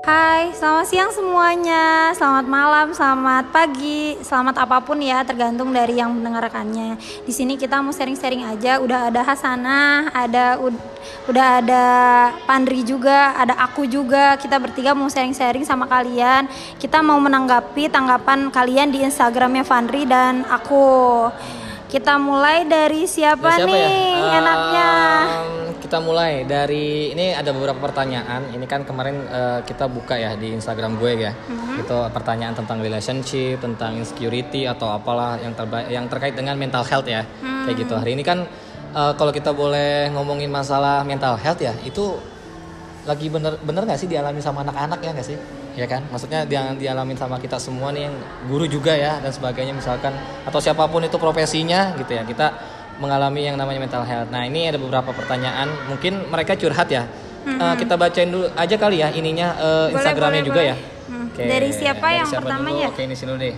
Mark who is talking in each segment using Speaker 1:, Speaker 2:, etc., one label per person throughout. Speaker 1: Hai, selamat siang semuanya, selamat malam, selamat pagi, selamat apapun ya, tergantung dari yang mendengarkannya. Di sini kita mau sharing-sharing aja, udah ada Hasanah, ada ud- udah ada Pandri juga, ada aku juga. Kita bertiga mau sharing-sharing sama kalian. Kita mau menanggapi tanggapan kalian di Instagramnya Pandri dan aku. Kita mulai dari siapa,
Speaker 2: Dari ya?
Speaker 1: nih enaknya?
Speaker 2: Ehm, kita mulai dari ini ada beberapa pertanyaan. Ini kan kemarin eh, kita buka ya di Instagram gue ya.
Speaker 1: Mm-hmm.
Speaker 2: Itu pertanyaan tentang relationship, tentang insecurity atau apalah yang terba- yang terkait dengan mental health ya. Kayak gitu.
Speaker 1: Mm.
Speaker 2: Hari ini kan eh, kalau kita boleh ngomongin masalah mental health ya, itu lagi bener bener nggak sih dialami sama anak-anak ya nggak sih? Ya kan? Maksudnya yang dialamin sama kita semua nih yang guru juga ya dan sebagainya misalkan atau siapapun itu profesinya gitu ya. Kita mengalami yang namanya mental health. Nah, ini ada beberapa pertanyaan. Mungkin mereka curhat ya. Eh, kita bacain dulu aja kali ya ininya eh,
Speaker 1: Boleh,
Speaker 2: Instagramnya
Speaker 1: boleh,
Speaker 2: juga
Speaker 1: boleh.
Speaker 2: ya.
Speaker 1: Hmm.
Speaker 2: Oke,
Speaker 1: Dari siapa yang pertama
Speaker 2: dulu?
Speaker 1: ya?
Speaker 2: Oke, ini sini dulu deh.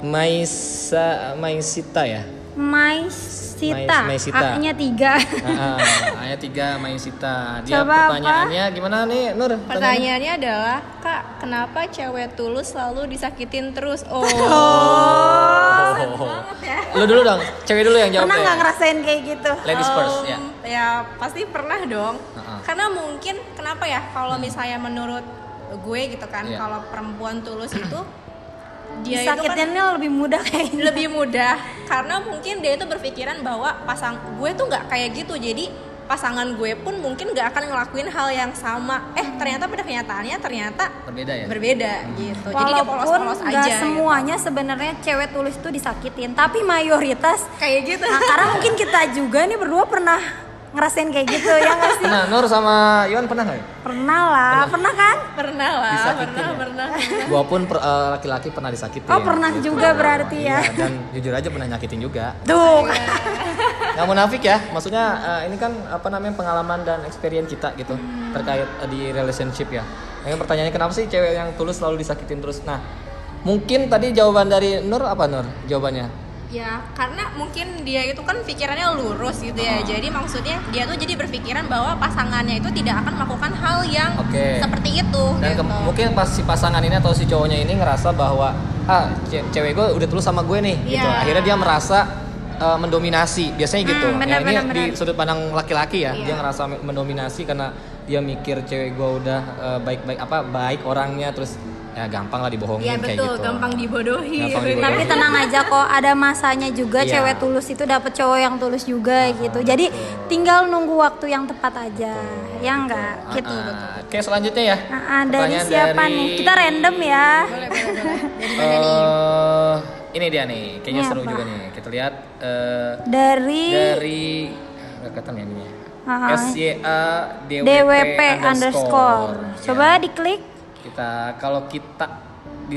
Speaker 2: Maisa Maisita ya.
Speaker 1: Maisita,
Speaker 2: Mais- Maisita.
Speaker 1: A-nya tiga.
Speaker 2: Ah, ah, ayat 3 Maisita. Dia
Speaker 1: Coba apa?
Speaker 2: pertanyaannya gimana nih, Nur? Pertanyaannya.
Speaker 3: Pertanyaannya adalah, Kak, kenapa cewek tulus selalu disakitin terus? Oh,
Speaker 2: Oh. Lu dulu dong, cewek dulu yang jawab.
Speaker 1: ya. Pernah
Speaker 2: deh.
Speaker 1: nggak ngerasain kayak gitu?
Speaker 2: Ladies first, ya.
Speaker 3: um, ya pasti pernah dong.
Speaker 2: Heeh. Hmm.
Speaker 3: Karena mungkin, kenapa ya, kalau misalnya menurut gue gitu kan,
Speaker 2: Iya.
Speaker 3: kalau perempuan tulus itu, dia itu kan
Speaker 1: Disakitinnya lebih mudah gitu. kayaknya.
Speaker 3: lebih mudah. Karena mungkin dia itu berpikiran bahwa pasang gue tuh nggak kayak gitu, jadi pasangan gue pun mungkin nggak akan ngelakuin hal yang sama. Eh, ternyata pada kenyataannya ternyata
Speaker 2: Berbeda ya?
Speaker 3: berbeda gitu. jadi dia
Speaker 1: Walaupun
Speaker 3: polos-polos
Speaker 1: nggak
Speaker 3: aja. ya.
Speaker 1: semuanya sebenarnya cewek tulus itu disakitin, tapi mayoritas
Speaker 3: Kayak gitu.
Speaker 1: nah, karena mungkin kita juga nih berdua pernah ngerasain kayak gitu ya nggak sih?
Speaker 2: Nah, Nur sama Iwan pernah nggak? ya?
Speaker 1: Pernah lah, pernah kan?
Speaker 3: pernah lah
Speaker 2: Disakitin
Speaker 3: pernah
Speaker 2: ya?
Speaker 3: pernah
Speaker 2: Gua pun per- eh, laki-laki pernah disakitin.
Speaker 1: Oh, pernah juga berarti ya.
Speaker 2: Iya, dan jujur aja pernah nyakitin juga.
Speaker 1: Tuh,
Speaker 3: Oh, iya.
Speaker 2: nggak munafik ya maksudnya eh, ini kan apa namanya pengalaman dan experience kita gitu
Speaker 1: Hmm.
Speaker 2: terkait eh, di relationship ya yang pertanyaannya kenapa sih cewek yang tulus selalu disakitin terus nah mungkin tadi jawaban dari Nur apa Nur jawabannya
Speaker 3: ya karena mungkin dia itu kan pikirannya lurus gitu ya jadi maksudnya dia tuh jadi berpikiran bahwa pasangannya itu tidak akan melakukan hal yang
Speaker 2: Oke.
Speaker 3: seperti itu
Speaker 2: dan
Speaker 3: gitu.
Speaker 2: ke- mungkin pas si pasangan ini atau si cowoknya ini ngerasa bahwa ah ce- cewek gue udah tulus sama gue nih gitu
Speaker 3: Iya.
Speaker 2: akhirnya dia merasa eh, mendominasi biasanya gitu
Speaker 1: Hmm,
Speaker 2: ya
Speaker 1: benar,
Speaker 2: ini
Speaker 1: benar,
Speaker 2: di
Speaker 1: benar.
Speaker 2: sudut pandang laki-laki ya
Speaker 3: Iya.
Speaker 2: dia ngerasa me- mendominasi karena dia mikir cewek gue udah eh, baik-baik apa baik orangnya terus ya gampang lah dibohongin
Speaker 3: Iya
Speaker 2: kayak
Speaker 3: betul
Speaker 2: gitu
Speaker 3: gampang dibodohi
Speaker 2: Gampang dibodohi.
Speaker 1: tapi tenang aja kok, ada masanya juga
Speaker 2: Iya. Ah,
Speaker 1: cewek tulus itu dapet cowok yang tulus juga gitu. Jadi tinggal nunggu waktu yang tepat aja, ya enggak?
Speaker 2: Ah,
Speaker 1: Gitu.
Speaker 2: ah. oke selanjutnya ya
Speaker 1: Ah, ah, dari
Speaker 2: Pertanyaan
Speaker 1: siapa
Speaker 2: dari-
Speaker 1: nih? Kita random ya.
Speaker 3: boleh boleh boleh jadi
Speaker 2: Eh, ini dia nih kayaknya
Speaker 1: Ini
Speaker 2: seru
Speaker 1: Iya, apa?
Speaker 2: juga nih kita lihat eh,
Speaker 1: Dari,
Speaker 2: dari nggak kelihatan ya ininya
Speaker 1: Ah, ah.
Speaker 2: SYA DWP,
Speaker 1: DWP
Speaker 2: underscore. Ya.
Speaker 1: underscore. Coba diklik.
Speaker 2: kita kalau kita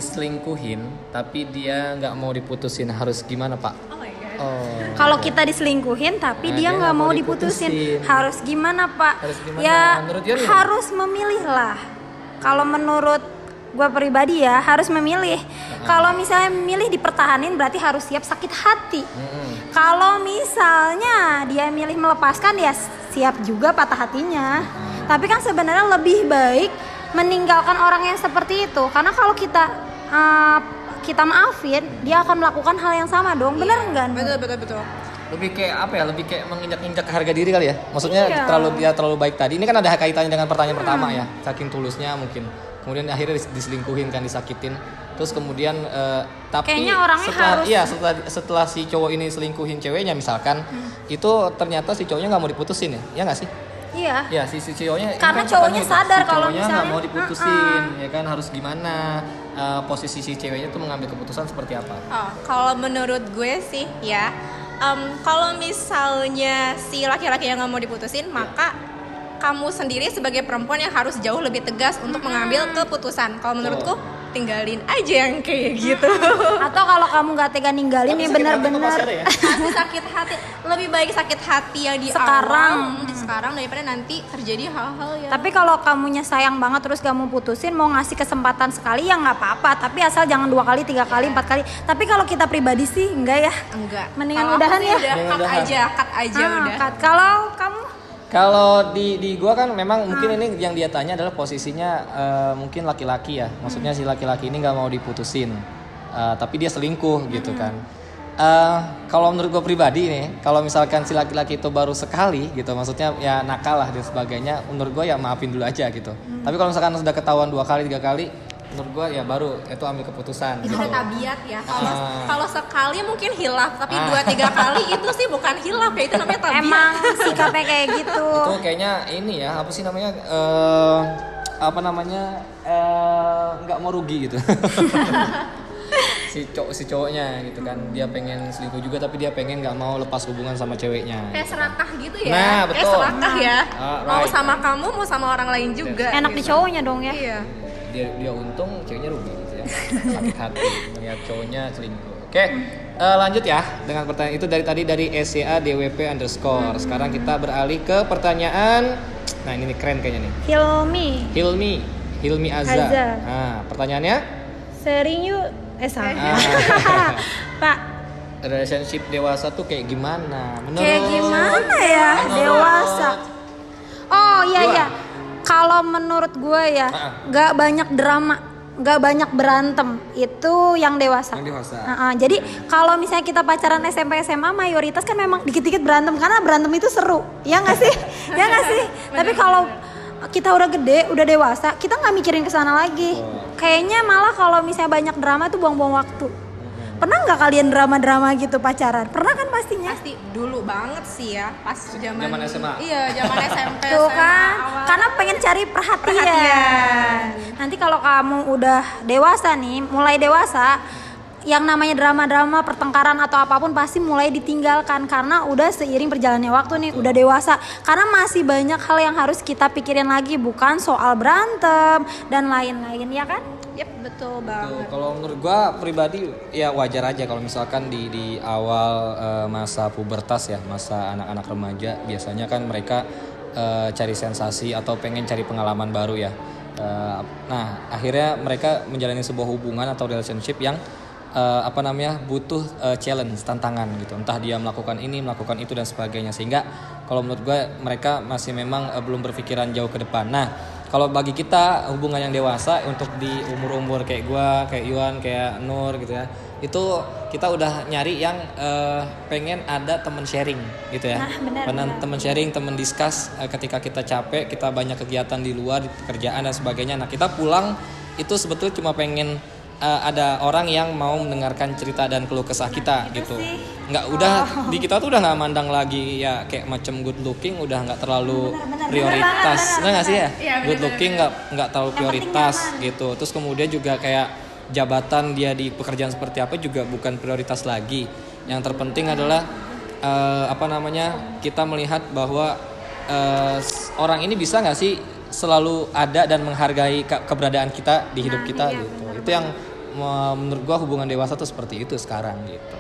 Speaker 2: diselingkuhin tapi dia nggak mau diputusin harus gimana pak
Speaker 3: oh my god
Speaker 2: oh
Speaker 1: Kalau kita diselingkuhin tapi
Speaker 2: Nah,
Speaker 1: dia nggak mau diputusin. harus gimana pak?
Speaker 2: Harus gimana?
Speaker 1: Ya
Speaker 2: Menurut Yun?
Speaker 1: harus memilih lah. Kalau menurut gue pribadi ya harus memilih.
Speaker 2: Nah.
Speaker 1: Kalau misalnya memilih dipertahanin berarti harus siap sakit hati.
Speaker 2: Mm-mm.
Speaker 1: Kalau misalnya dia milih melepaskan ya siap juga patah hatinya. Tapi kan sebenarnya lebih baik meninggalkan orang yang seperti itu karena kalau kita eh, kita maafin dia akan melakukan hal yang sama dong. Bener nggak? Nur?
Speaker 3: betul betul betul
Speaker 2: lebih kayak apa ya lebih kayak menginjak-injak harga diri kali ya maksudnya
Speaker 1: Iya. Hmm.
Speaker 2: terlalu dia terlalu baik tadi ini kan ada kaitannya dengan pertanyaan pertama ya saking tulusnya mungkin kemudian akhirnya dis- diselingkuhin kan disakitin terus kemudian eh, tapi
Speaker 1: Kayaknya orangnya
Speaker 2: setelah
Speaker 1: harus-
Speaker 2: iya setelah setelah si cowok ini selingkuhin ceweknya misalkan
Speaker 1: Hmm.
Speaker 2: itu ternyata si cowoknya nggak mau diputusin ya ya nggak sih
Speaker 1: Iya.
Speaker 2: ya si, si cowoknya ini
Speaker 1: Karena
Speaker 2: kan
Speaker 1: cowoknya
Speaker 2: pertanyaan,
Speaker 1: sadar kalau
Speaker 2: si cowoknya nggak
Speaker 1: misalnya,
Speaker 2: mau diputusin ya kan harus gimana eh, posisi si ceweknya tuh mengambil keputusan seperti apa
Speaker 3: Oh, kalau menurut gue sih ya, em, kalau misalnya si laki-laki yang nggak mau diputusin,
Speaker 2: Iya.
Speaker 3: maka kamu sendiri sebagai perempuan yang harus jauh lebih tegas untuk mengambil keputusan. Kalau menurutku, tinggalin aja yang kayak gitu.
Speaker 1: Atau kalau kamu nggak tega ninggalin
Speaker 2: Tapi
Speaker 1: ya
Speaker 2: sakit hati tuh
Speaker 1: bener-bener
Speaker 2: pasti ada ya?
Speaker 3: Tapi sakit hati, lebih baik sakit hati yang di
Speaker 1: Sekarang.
Speaker 3: awal, di sekarang daripada nanti terjadi hal-hal
Speaker 1: Iya.
Speaker 3: yang
Speaker 1: Tapi kalau kamunya sayang banget terus kamu putusin mau ngasih kesempatan sekali ya nggak apa-apa. Tapi asal jangan dua kali, tiga kali, empat kali. Tapi kalau kita pribadi sih enggak ya.
Speaker 3: enggak.
Speaker 1: Mendingan
Speaker 3: Kalau aku
Speaker 1: udahan
Speaker 3: sih
Speaker 1: ya?
Speaker 3: Ya Udah,
Speaker 2: Mendingan
Speaker 3: cut
Speaker 2: udahan.
Speaker 3: aja, cut aja
Speaker 1: Ah,
Speaker 3: udah.
Speaker 1: Kat, kalau kamu
Speaker 2: Kalau di di gua kan memang mungkin ini yang dia tanya adalah posisinya eh, mungkin laki-laki ya. Maksudnya si laki-laki ini nggak mau diputusin, Eh, tapi dia selingkuh gitu kan. Eh, kalau menurut gua pribadi nih, kalau misalkan si laki-laki itu baru sekali gitu, maksudnya ya nakal lah dan sebagainya, menurut gua ya maafin dulu aja gitu. Tapi kalau misalkan sudah ketahuan dua kali tiga kali, menurut gua ya baru itu ambil keputusan.
Speaker 3: itu
Speaker 2: gitu.
Speaker 3: udah tabiat ya kalau
Speaker 2: Ah.
Speaker 3: kalau sekali mungkin hilaf tapi
Speaker 2: Ah.
Speaker 3: dua tiga kali itu sih bukan hilaf ya itu namanya tabiat
Speaker 1: Emang sikapnya kayak gitu.
Speaker 2: itu kayaknya ini ya apa sih namanya eh, apa namanya eh, nggak mau rugi gitu si cowok si cowoknya gitu kan dia pengen selingkuh juga tapi dia pengen nggak mau lepas hubungan sama ceweknya
Speaker 3: kayak serakah gitu ya
Speaker 2: Nah,
Speaker 3: kayak
Speaker 2: betul.
Speaker 3: serakah ya
Speaker 2: Ah,
Speaker 3: mau
Speaker 2: right.
Speaker 3: sama kamu mau sama orang lain juga
Speaker 1: Enak di cowoknya dong ya.
Speaker 3: iya
Speaker 2: dia dia untung ceweknya rugi gitu ya sakit hati melihat cowoknya selingkuh oke eh, lanjut ya dengan pertanyaan itu dari tadi dari SCA DWP underscore sekarang kita beralih ke pertanyaan nah ini nih keren kayaknya nih
Speaker 4: Hilmi,
Speaker 2: Hilmi Hilmi Azza,
Speaker 4: Azza.
Speaker 2: Nah, pertanyaannya
Speaker 4: sering yuk. Eh salah.
Speaker 2: Ah.
Speaker 4: Pak,
Speaker 2: relationship dewasa tuh kayak gimana? Menurut
Speaker 1: Kayak gimana ya
Speaker 2: Menurut-
Speaker 1: dewasa? Oh iya
Speaker 2: Dua.
Speaker 1: iya. Kalau menurut gue ya,
Speaker 2: Ah.
Speaker 1: nggak banyak drama, nggak banyak berantem. Itu yang dewasa.
Speaker 2: Yang dewasa.
Speaker 1: Heeh, jadi kalau misalnya kita pacaran SMP SMA mayoritas kan memang dikit-dikit berantem karena berantem itu seru. Ya nggak sih? ya nggak sih? Tapi kalau kita udah gede, udah dewasa, kita nggak mikirin ke sana lagi. Kayaknya malah kalau misalnya banyak drama tuh buang-buang waktu. Pernah nggak kalian drama-drama gitu pacaran? Pernah kan pastinya?
Speaker 3: pasti dulu banget sih ya pas zaman
Speaker 2: Zaman SMA.
Speaker 3: iya zaman SMP
Speaker 1: Tuh
Speaker 3: SMA
Speaker 1: kan,
Speaker 3: awal.
Speaker 1: karena pengen cari perhatian.
Speaker 3: Perhatian.
Speaker 1: Nanti kalau kamu udah dewasa nih, mulai dewasa, yang namanya drama-drama, pertengkaran atau apapun pasti mulai ditinggalkan karena udah seiring perjalannya waktu nih, udah dewasa. Karena masih banyak hal yang harus kita pikirin lagi, bukan soal berantem dan lain-lain ya kan?
Speaker 3: Yep, betul banget
Speaker 2: Tuh, Gitu. kalau menurut gua pribadi ya wajar aja kalau misalkan di di awal eh, masa pubertas ya, masa anak-anak remaja biasanya kan mereka eh, cari sensasi atau pengen cari pengalaman baru ya. Eh, nah, akhirnya mereka menjalani sebuah hubungan atau relationship yang eh, apa namanya butuh eh, challenge tantangan gitu entah dia melakukan ini melakukan itu dan sebagainya sehingga kalau menurut gue mereka masih memang eh, belum berpikiran jauh ke depan nah kalau bagi kita hubungan yang dewasa untuk di umur-umur kayak gue kayak Yuan kayak Nur gitu ya itu kita udah nyari yang eh, pengen ada temen sharing gitu ya Pengen temen sharing temen discuss eh, ketika kita capek kita banyak kegiatan di luar di pekerjaan dan sebagainya nah kita pulang itu sebetulnya cuma pengen eh, ada orang yang mau mendengarkan cerita dan keluh kesah kita gitu. Nggak udah di kita tuh udah nggak mandang lagi ya kayak macam good looking udah nggak terlalu prioritas. Nah nggak sih ya? good looking nggak nggak terlalu prioritas gitu. Terus kemudian juga kayak jabatan dia di pekerjaan seperti apa juga bukan prioritas lagi. Yang terpenting adalah eh, apa namanya? kita melihat bahwa eh, s- orang ini bisa nggak sih selalu ada dan menghargai ke- keberadaan kita di
Speaker 1: Nah,
Speaker 2: hidup kita
Speaker 1: iya,
Speaker 2: gitu. itu yang me- menurut gua hubungan dewasa tuh seperti itu sekarang gitu.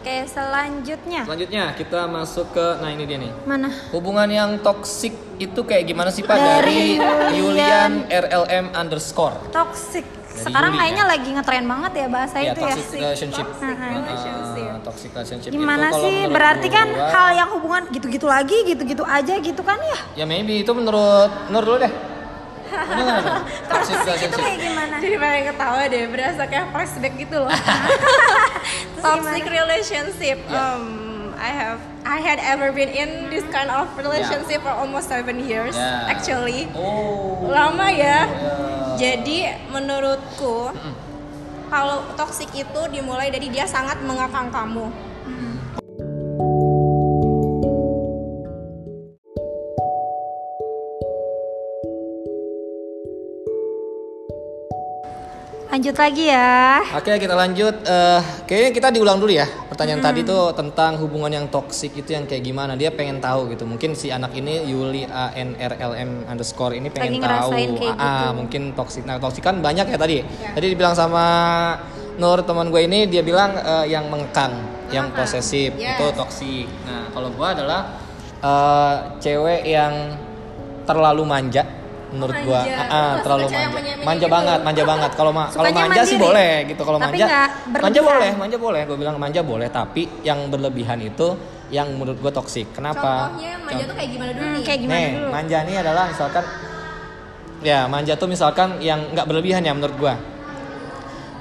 Speaker 1: Oke, selanjutnya
Speaker 2: Selanjutnya kita masuk ke nah ini dia nih.
Speaker 1: mana?
Speaker 2: Hubungan yang toksik itu kayak gimana sih Pak dari, Yulian RLM underscore.
Speaker 1: Toxic. Sekarang
Speaker 2: Yuli,
Speaker 1: kayaknya lagi ngetren banget ya bahasa
Speaker 2: ya,
Speaker 1: itu
Speaker 2: toxic
Speaker 1: ya.
Speaker 2: relationship. Ah, toxic relationship
Speaker 1: Gimana
Speaker 2: itu kalau
Speaker 1: sih?
Speaker 2: menurut
Speaker 1: Berarti kan
Speaker 2: gua-
Speaker 1: hal yang hubungan gitu-gitu lagi, gitu-gitu aja gitu kan ya?
Speaker 2: ya maybe itu menurut Nur dulu deh. Bener nggak, Nur? toxic
Speaker 1: Itu
Speaker 2: relationship.
Speaker 1: kayak gimana?
Speaker 3: Jadi pengen ketawa deh, berasa kayak flashback gitu loh. Toxic relationship.
Speaker 1: Ya.
Speaker 3: Um, I have I had ever been in this kind of
Speaker 1: Ya.
Speaker 3: relationship for almost seven years
Speaker 2: Yeah.
Speaker 3: actually.
Speaker 2: Oh.
Speaker 3: Lama ya. Jadi menurutku kalau toxic itu dimulai dari dia sangat mengakang kamu.
Speaker 1: Lanjut lagi ya.
Speaker 2: Oke kita lanjut. Eh, kayaknya kita diulang dulu ya pertanyaan
Speaker 3: Hmm.
Speaker 2: tadi tuh tentang hubungan yang toksik itu yang kayak gimana. Dia pengen tahu gitu. Mungkin si anak ini Yuli ANRLM underscore ini
Speaker 1: Lagi
Speaker 2: pengen tahu.
Speaker 1: ngerasain kayak
Speaker 3: gitu.
Speaker 2: Ah, mungkin toksik. Nah toksik kan banyak ya tadi.
Speaker 3: Iya.
Speaker 2: Tadi dibilang sama Nur teman gue ini dia bilang eh, yang mengekang, yang posesif
Speaker 3: Yes.
Speaker 2: itu toksik. Nah kalau gue adalah eh, cewek yang terlalu manja menurut
Speaker 3: Oh,
Speaker 2: gua
Speaker 3: manja.
Speaker 2: Ah, ah,
Speaker 3: Suka
Speaker 2: terlalu
Speaker 3: cewek yang
Speaker 2: manja
Speaker 3: manja-manja
Speaker 2: manja
Speaker 3: gitu.
Speaker 2: banget manja banget kalau ma- kalau
Speaker 1: Sukanya
Speaker 2: manja sih
Speaker 1: mandiri.
Speaker 2: boleh gitu kalau
Speaker 1: Tapi
Speaker 2: manja
Speaker 1: nggak
Speaker 2: manja
Speaker 1: berlebihan.
Speaker 2: boleh manja boleh gue bilang manja boleh tapi yang berlebihan itu yang menurut gue toksik. Kenapa?
Speaker 3: Contohnya manja tuh kayak gimana dulu
Speaker 1: Hmm,
Speaker 3: nih?
Speaker 1: kayak gimana
Speaker 2: Nih,
Speaker 1: dulu?
Speaker 2: manja nih adalah misalkan ya manja tuh misalkan yang nggak berlebihan ya menurut gua.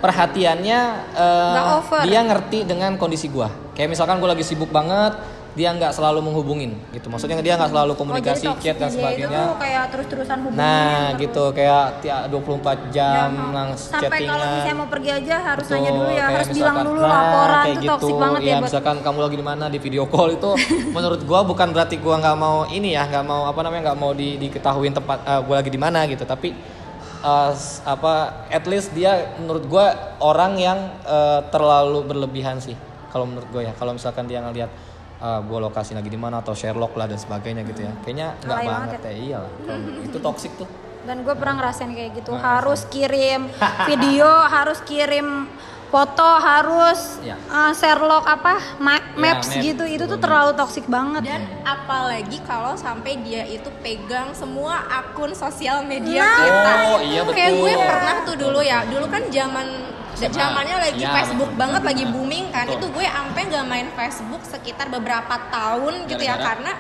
Speaker 2: Perhatiannya eh,
Speaker 1: Nggak over.
Speaker 2: dia ngerti dengan kondisi gua. Kayak misalkan gua lagi sibuk banget, dia nggak selalu menghubungin gitu. Maksudnya dia nggak
Speaker 1: Oh,
Speaker 2: selalu komunikasi chat dan sebagainya.
Speaker 1: itu kayak terus-terusan hubungan
Speaker 2: Nah, gitu kayak tiap 24 jam langsung
Speaker 1: Ya, sampai kalau misalnya mau pergi aja harus nanya dulu ya
Speaker 2: Nah. kayak
Speaker 1: harus bilang
Speaker 2: misalkan,
Speaker 1: dulu
Speaker 2: nah,
Speaker 1: laporan
Speaker 2: kayak
Speaker 1: itu toksik banget ya, buat
Speaker 2: misalkan kamu lagi di mana di video call itu menurut gua bukan berarti gua nggak mau ini ya nggak mau apa namanya nggak mau di, diketahuin tempat eh, gua lagi di mana gitu tapi eh, s- apa at least dia menurut gua orang yang eh, terlalu berlebihan sih kalau menurut gua ya kalau misalkan dia ngelihat eh, gua lokasi lagi di mana atau Sherlock lah dan sebagainya gitu ya kayaknya nggak
Speaker 1: Alay banget
Speaker 2: banget ya iyalah Kalau menurut- itu toxic tuh
Speaker 1: dan gue pernah ngerasain kayak gitu
Speaker 2: Nah,
Speaker 1: harus kirim video harus kirim foto harus
Speaker 2: Ya.
Speaker 1: eh, Sherlock apa ma-
Speaker 2: Ya,
Speaker 1: maps
Speaker 2: map.
Speaker 1: gitu itu tuh terlalu toksik banget
Speaker 2: Iya.
Speaker 3: Dan apalagi kalau sampai dia itu pegang semua akun sosial media
Speaker 1: Nah,
Speaker 3: kita.
Speaker 2: Oh, iya,
Speaker 3: Kayak
Speaker 2: betul.
Speaker 3: gue pernah tuh dulu ya. Dulu kan zaman
Speaker 2: SMA.
Speaker 3: zamannya lagi
Speaker 2: Iya,
Speaker 3: Facebook
Speaker 2: betul.
Speaker 3: banget, lagi booming kan.
Speaker 2: Betul.
Speaker 3: Itu gue ampe nggak main Facebook sekitar beberapa tahun gitu ya
Speaker 2: Gara-gara?
Speaker 3: karena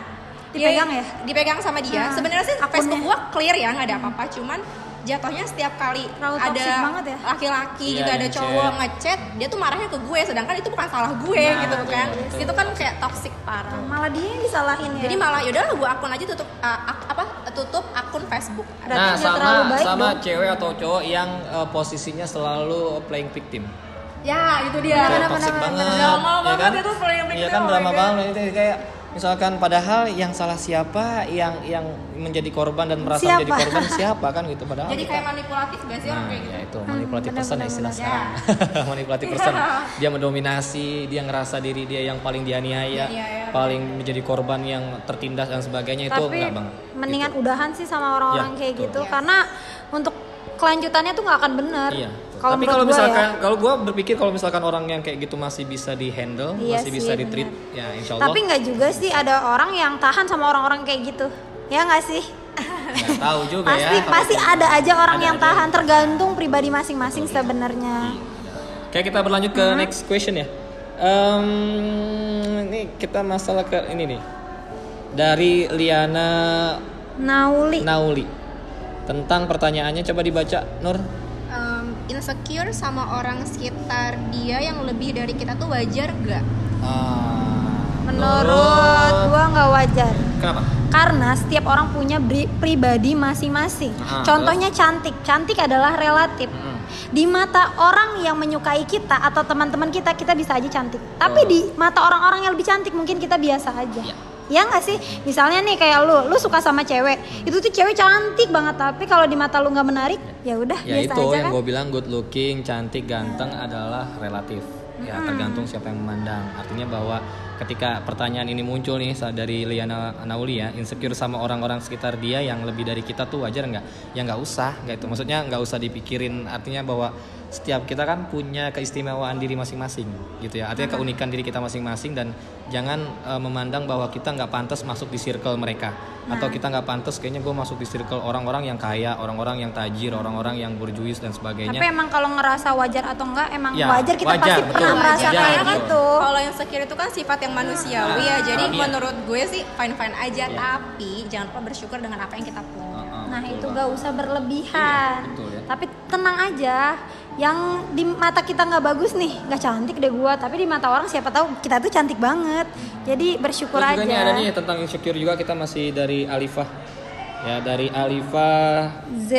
Speaker 1: Dipegang ya?
Speaker 3: Dipegang sama dia.
Speaker 1: Nah,
Speaker 3: Sebenarnya sih
Speaker 1: akunnya.
Speaker 3: Facebook gue clear ya, nggak ada apa-apa. Cuman jatuhnya setiap kali
Speaker 1: Terlalu
Speaker 3: ada
Speaker 1: toxic banget ya.
Speaker 3: laki-laki
Speaker 2: Iya,
Speaker 3: gitu ada
Speaker 2: yang
Speaker 3: cowok ngechat dia tuh marahnya ke gue sedangkan itu bukan salah gue
Speaker 2: Nah,
Speaker 3: gitu
Speaker 2: betul,
Speaker 3: kan
Speaker 2: betul.
Speaker 3: itu kan kayak toxic parah
Speaker 1: malah dia yang disalahin ya
Speaker 3: jadi malah yaudahlah gue akun aja tutup uh, ak- apa tutup akun Facebook.
Speaker 1: Berarti
Speaker 2: nah
Speaker 1: nggak
Speaker 2: sama
Speaker 1: terlalu baik
Speaker 2: sama
Speaker 1: dong.
Speaker 2: cewek atau cowok yang eh, posisinya selalu playing victim.
Speaker 3: Ya itu
Speaker 2: Itu
Speaker 3: dia.
Speaker 2: toxic banget.
Speaker 3: Drama
Speaker 2: ya
Speaker 3: banget
Speaker 2: kan?
Speaker 3: itu playing victim.
Speaker 2: Iya kan
Speaker 3: oh my
Speaker 2: drama
Speaker 3: God.
Speaker 2: banget itu kayak misalkan padahal yang salah siapa yang yang menjadi korban dan merasa
Speaker 1: Siapa?
Speaker 2: menjadi korban siapa kan gitu padahal.
Speaker 3: Jadi
Speaker 2: kita-
Speaker 3: kayak manipulatif gak sih orang
Speaker 2: Nah,
Speaker 3: kayak gitu? ya.
Speaker 2: ya itu manipulatif
Speaker 1: benar,
Speaker 2: person ya
Speaker 1: benar,
Speaker 2: istilah
Speaker 1: benar.
Speaker 2: sekarang. manipulatif
Speaker 3: Iya.
Speaker 2: person. Dia mendominasi, dia ngerasa diri dia yang paling dianiaya,
Speaker 3: Dianiaya.
Speaker 2: paling menjadi korban yang tertindas dan sebagainya itu
Speaker 1: tapi
Speaker 2: enggak banget.
Speaker 1: mendingan udahan sih sama orang-orang
Speaker 2: Ya,
Speaker 1: kayak
Speaker 2: betul.
Speaker 1: gitu karena untuk kelanjutannya tuh nggak akan bener
Speaker 2: Iya.
Speaker 1: kalau
Speaker 2: Tapi
Speaker 1: menurut gua
Speaker 2: kalau
Speaker 1: ya.
Speaker 2: misalkan kalau gua berpikir kalau misalkan orang yang kayak gitu masih bisa dihandle,
Speaker 1: Iya
Speaker 2: masih
Speaker 1: sih,
Speaker 2: bisa ditreat, ya insya Allah.
Speaker 1: Tapi nggak juga sih ada orang yang tahan sama orang-orang kayak gitu. Ya nggak sih?
Speaker 2: nggak tahu juga ya.
Speaker 1: pasti
Speaker 2: kalau
Speaker 1: pasti
Speaker 2: kayak
Speaker 1: ada aja orang
Speaker 2: Ada
Speaker 1: yang
Speaker 2: aja. Iya.
Speaker 1: tahan tergantung pribadi masing-masing sebenarnya.
Speaker 2: gitu. Kayak kita berlanjut ke next question ya. Em, ini kita masalah ke ini nih. Dari Liana
Speaker 1: Nauli.
Speaker 2: Nauli. Tentang pertanyaannya coba dibaca Nur.
Speaker 3: Um, insecure sama orang sekitar dia yang lebih dari kita tuh wajar gak?
Speaker 1: Menurut gua nggak wajar.
Speaker 2: Kenapa?
Speaker 1: Karena setiap orang punya bri- pribadi masing-masing.
Speaker 2: Ah,
Speaker 1: Contohnya cantik. Cantik adalah relatif.
Speaker 2: Mm.
Speaker 1: Di mata orang yang menyukai kita atau teman-teman kita, kita bisa aja cantik. Tapi
Speaker 2: Oh.
Speaker 1: di mata orang-orang yang lebih cantik mungkin kita biasa aja.
Speaker 2: Iya.
Speaker 1: Ya nggak sih? Misalnya nih kayak lu, lu suka sama
Speaker 2: Hmm.
Speaker 1: cewek. Itu tuh cewek cantik banget, tapi kalau di mata lu nggak menarik, ya udah
Speaker 2: Ya
Speaker 1: biasa
Speaker 2: itu
Speaker 1: aja
Speaker 2: yang
Speaker 1: kan.
Speaker 2: gue bilang good looking, cantik, ganteng adalah relatif. Ya tergantung siapa yang memandang. Artinya bahwa ketika pertanyaan ini muncul nih sa- dari Liana Nauli ya, insecure sama orang-orang sekitar dia yang lebih dari kita tuh wajar nggak? Ya nggak usah, nggak itu. Maksudnya nggak usah dipikirin. Artinya bahwa setiap kita kan punya keistimewaan diri masing-masing, gitu ya. Artinya keunikan diri kita masing-masing dan jangan eh, memandang bahwa kita nggak pantas masuk di circle mereka atau kita nggak pantas kayaknya gue masuk di circle orang-orang yang kaya, orang-orang yang tajir, orang-orang yang berjuis dan
Speaker 1: Tapi
Speaker 2: sebagainya.
Speaker 1: emang kalau ngerasa wajar atau enggak, emang
Speaker 2: Ya,
Speaker 1: wajar kita
Speaker 2: wajar,
Speaker 1: pasti
Speaker 2: betul.
Speaker 1: pernah
Speaker 2: Wajar,
Speaker 1: merasa
Speaker 2: wajar,
Speaker 1: kayak
Speaker 2: betul.
Speaker 1: gitu.
Speaker 3: Kalau insecure itu kan sifat yang manusiawi ya.
Speaker 2: Ah,
Speaker 3: Jadi
Speaker 2: alami ya.
Speaker 3: menurut gue sih fine fine
Speaker 2: Iya.
Speaker 3: aja. Tapi jangan lupa bersyukur dengan apa yang kita
Speaker 2: Uh,
Speaker 3: punya.
Speaker 2: uh,
Speaker 1: Nah
Speaker 2: betul
Speaker 1: itu
Speaker 2: banget.
Speaker 1: gak usah berlebihan.
Speaker 2: Iya, betul ya.
Speaker 1: Tapi tenang aja. Yang di mata kita nggak bagus nih, nggak cantik deh gua. Tapi di mata orang siapa tahu kita tuh cantik banget. Jadi bersyukur
Speaker 2: Terus Iya
Speaker 1: aja.
Speaker 2: juga ini ada nih tentang insecure juga kita masih dari Alifah. Ya dari Alifah
Speaker 1: Z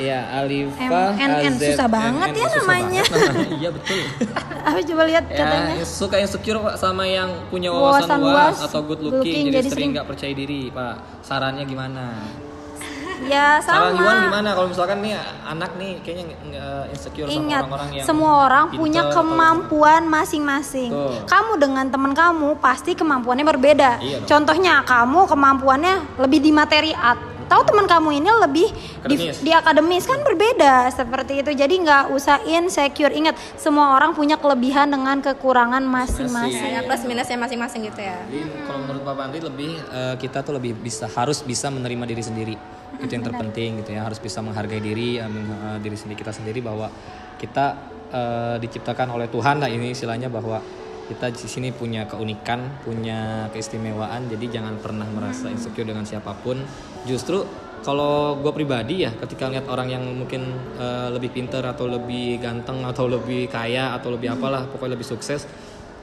Speaker 2: ya Alifah
Speaker 1: M- NN,
Speaker 2: AZNN.
Speaker 1: susah banget ya
Speaker 2: Susah
Speaker 1: namanya.
Speaker 2: banget namanya. Iya betul.
Speaker 1: apa coba lihat katanya?
Speaker 2: Ya, suka insecure Pak, sama yang punya
Speaker 1: Wawasan
Speaker 2: wawasan
Speaker 1: luas,
Speaker 2: luas atau good looking,
Speaker 1: looking,
Speaker 2: jadi,
Speaker 1: jadi sering-
Speaker 2: sering nggak percaya diri, Pak. Sarannya gimana?
Speaker 1: Ya
Speaker 2: Saran Iwan
Speaker 1: sama.
Speaker 2: gimana kalau misalkan nih anak nih kayaknya nge- nge- insecure
Speaker 1: Ingat,
Speaker 2: sama orang-orang yang
Speaker 1: semua orang punya
Speaker 2: pinter atau-
Speaker 1: kemampuan masing-masing.
Speaker 2: Betul.
Speaker 1: Kamu dengan teman kamu pasti kemampuannya berbeda.
Speaker 2: Iya dong.
Speaker 1: Contohnya kamu kemampuannya lebih di materi art. Tahu teman kamu ini lebih di,
Speaker 2: Akademis.
Speaker 1: di akademis kan berbeda seperti itu. Jadi nggak usah insecure. Ingat, semua orang punya kelebihan dengan kekurangan masing-masing.
Speaker 3: Ada plus minusnya masing-masing gitu ya.
Speaker 2: Jadi kalau menurut Pak Andri lebih eh, kita tuh lebih bisa harus bisa menerima diri sendiri. Itu yang terpenting gitu ya, harus bisa menghargai diri eh, meng- eh, diri sendiri kita sendiri bahwa kita eh, diciptakan oleh Tuhan lah ini istilahnya bahwa kita di sini punya keunikan, punya keistimewaan. Jadi jangan pernah merasa insecure dengan siapapun. Justru kalau gue pribadi ya, ketika lihat orang yang mungkin eh, lebih pinter atau lebih ganteng atau lebih kaya atau lebih apalah, pokoknya lebih sukses,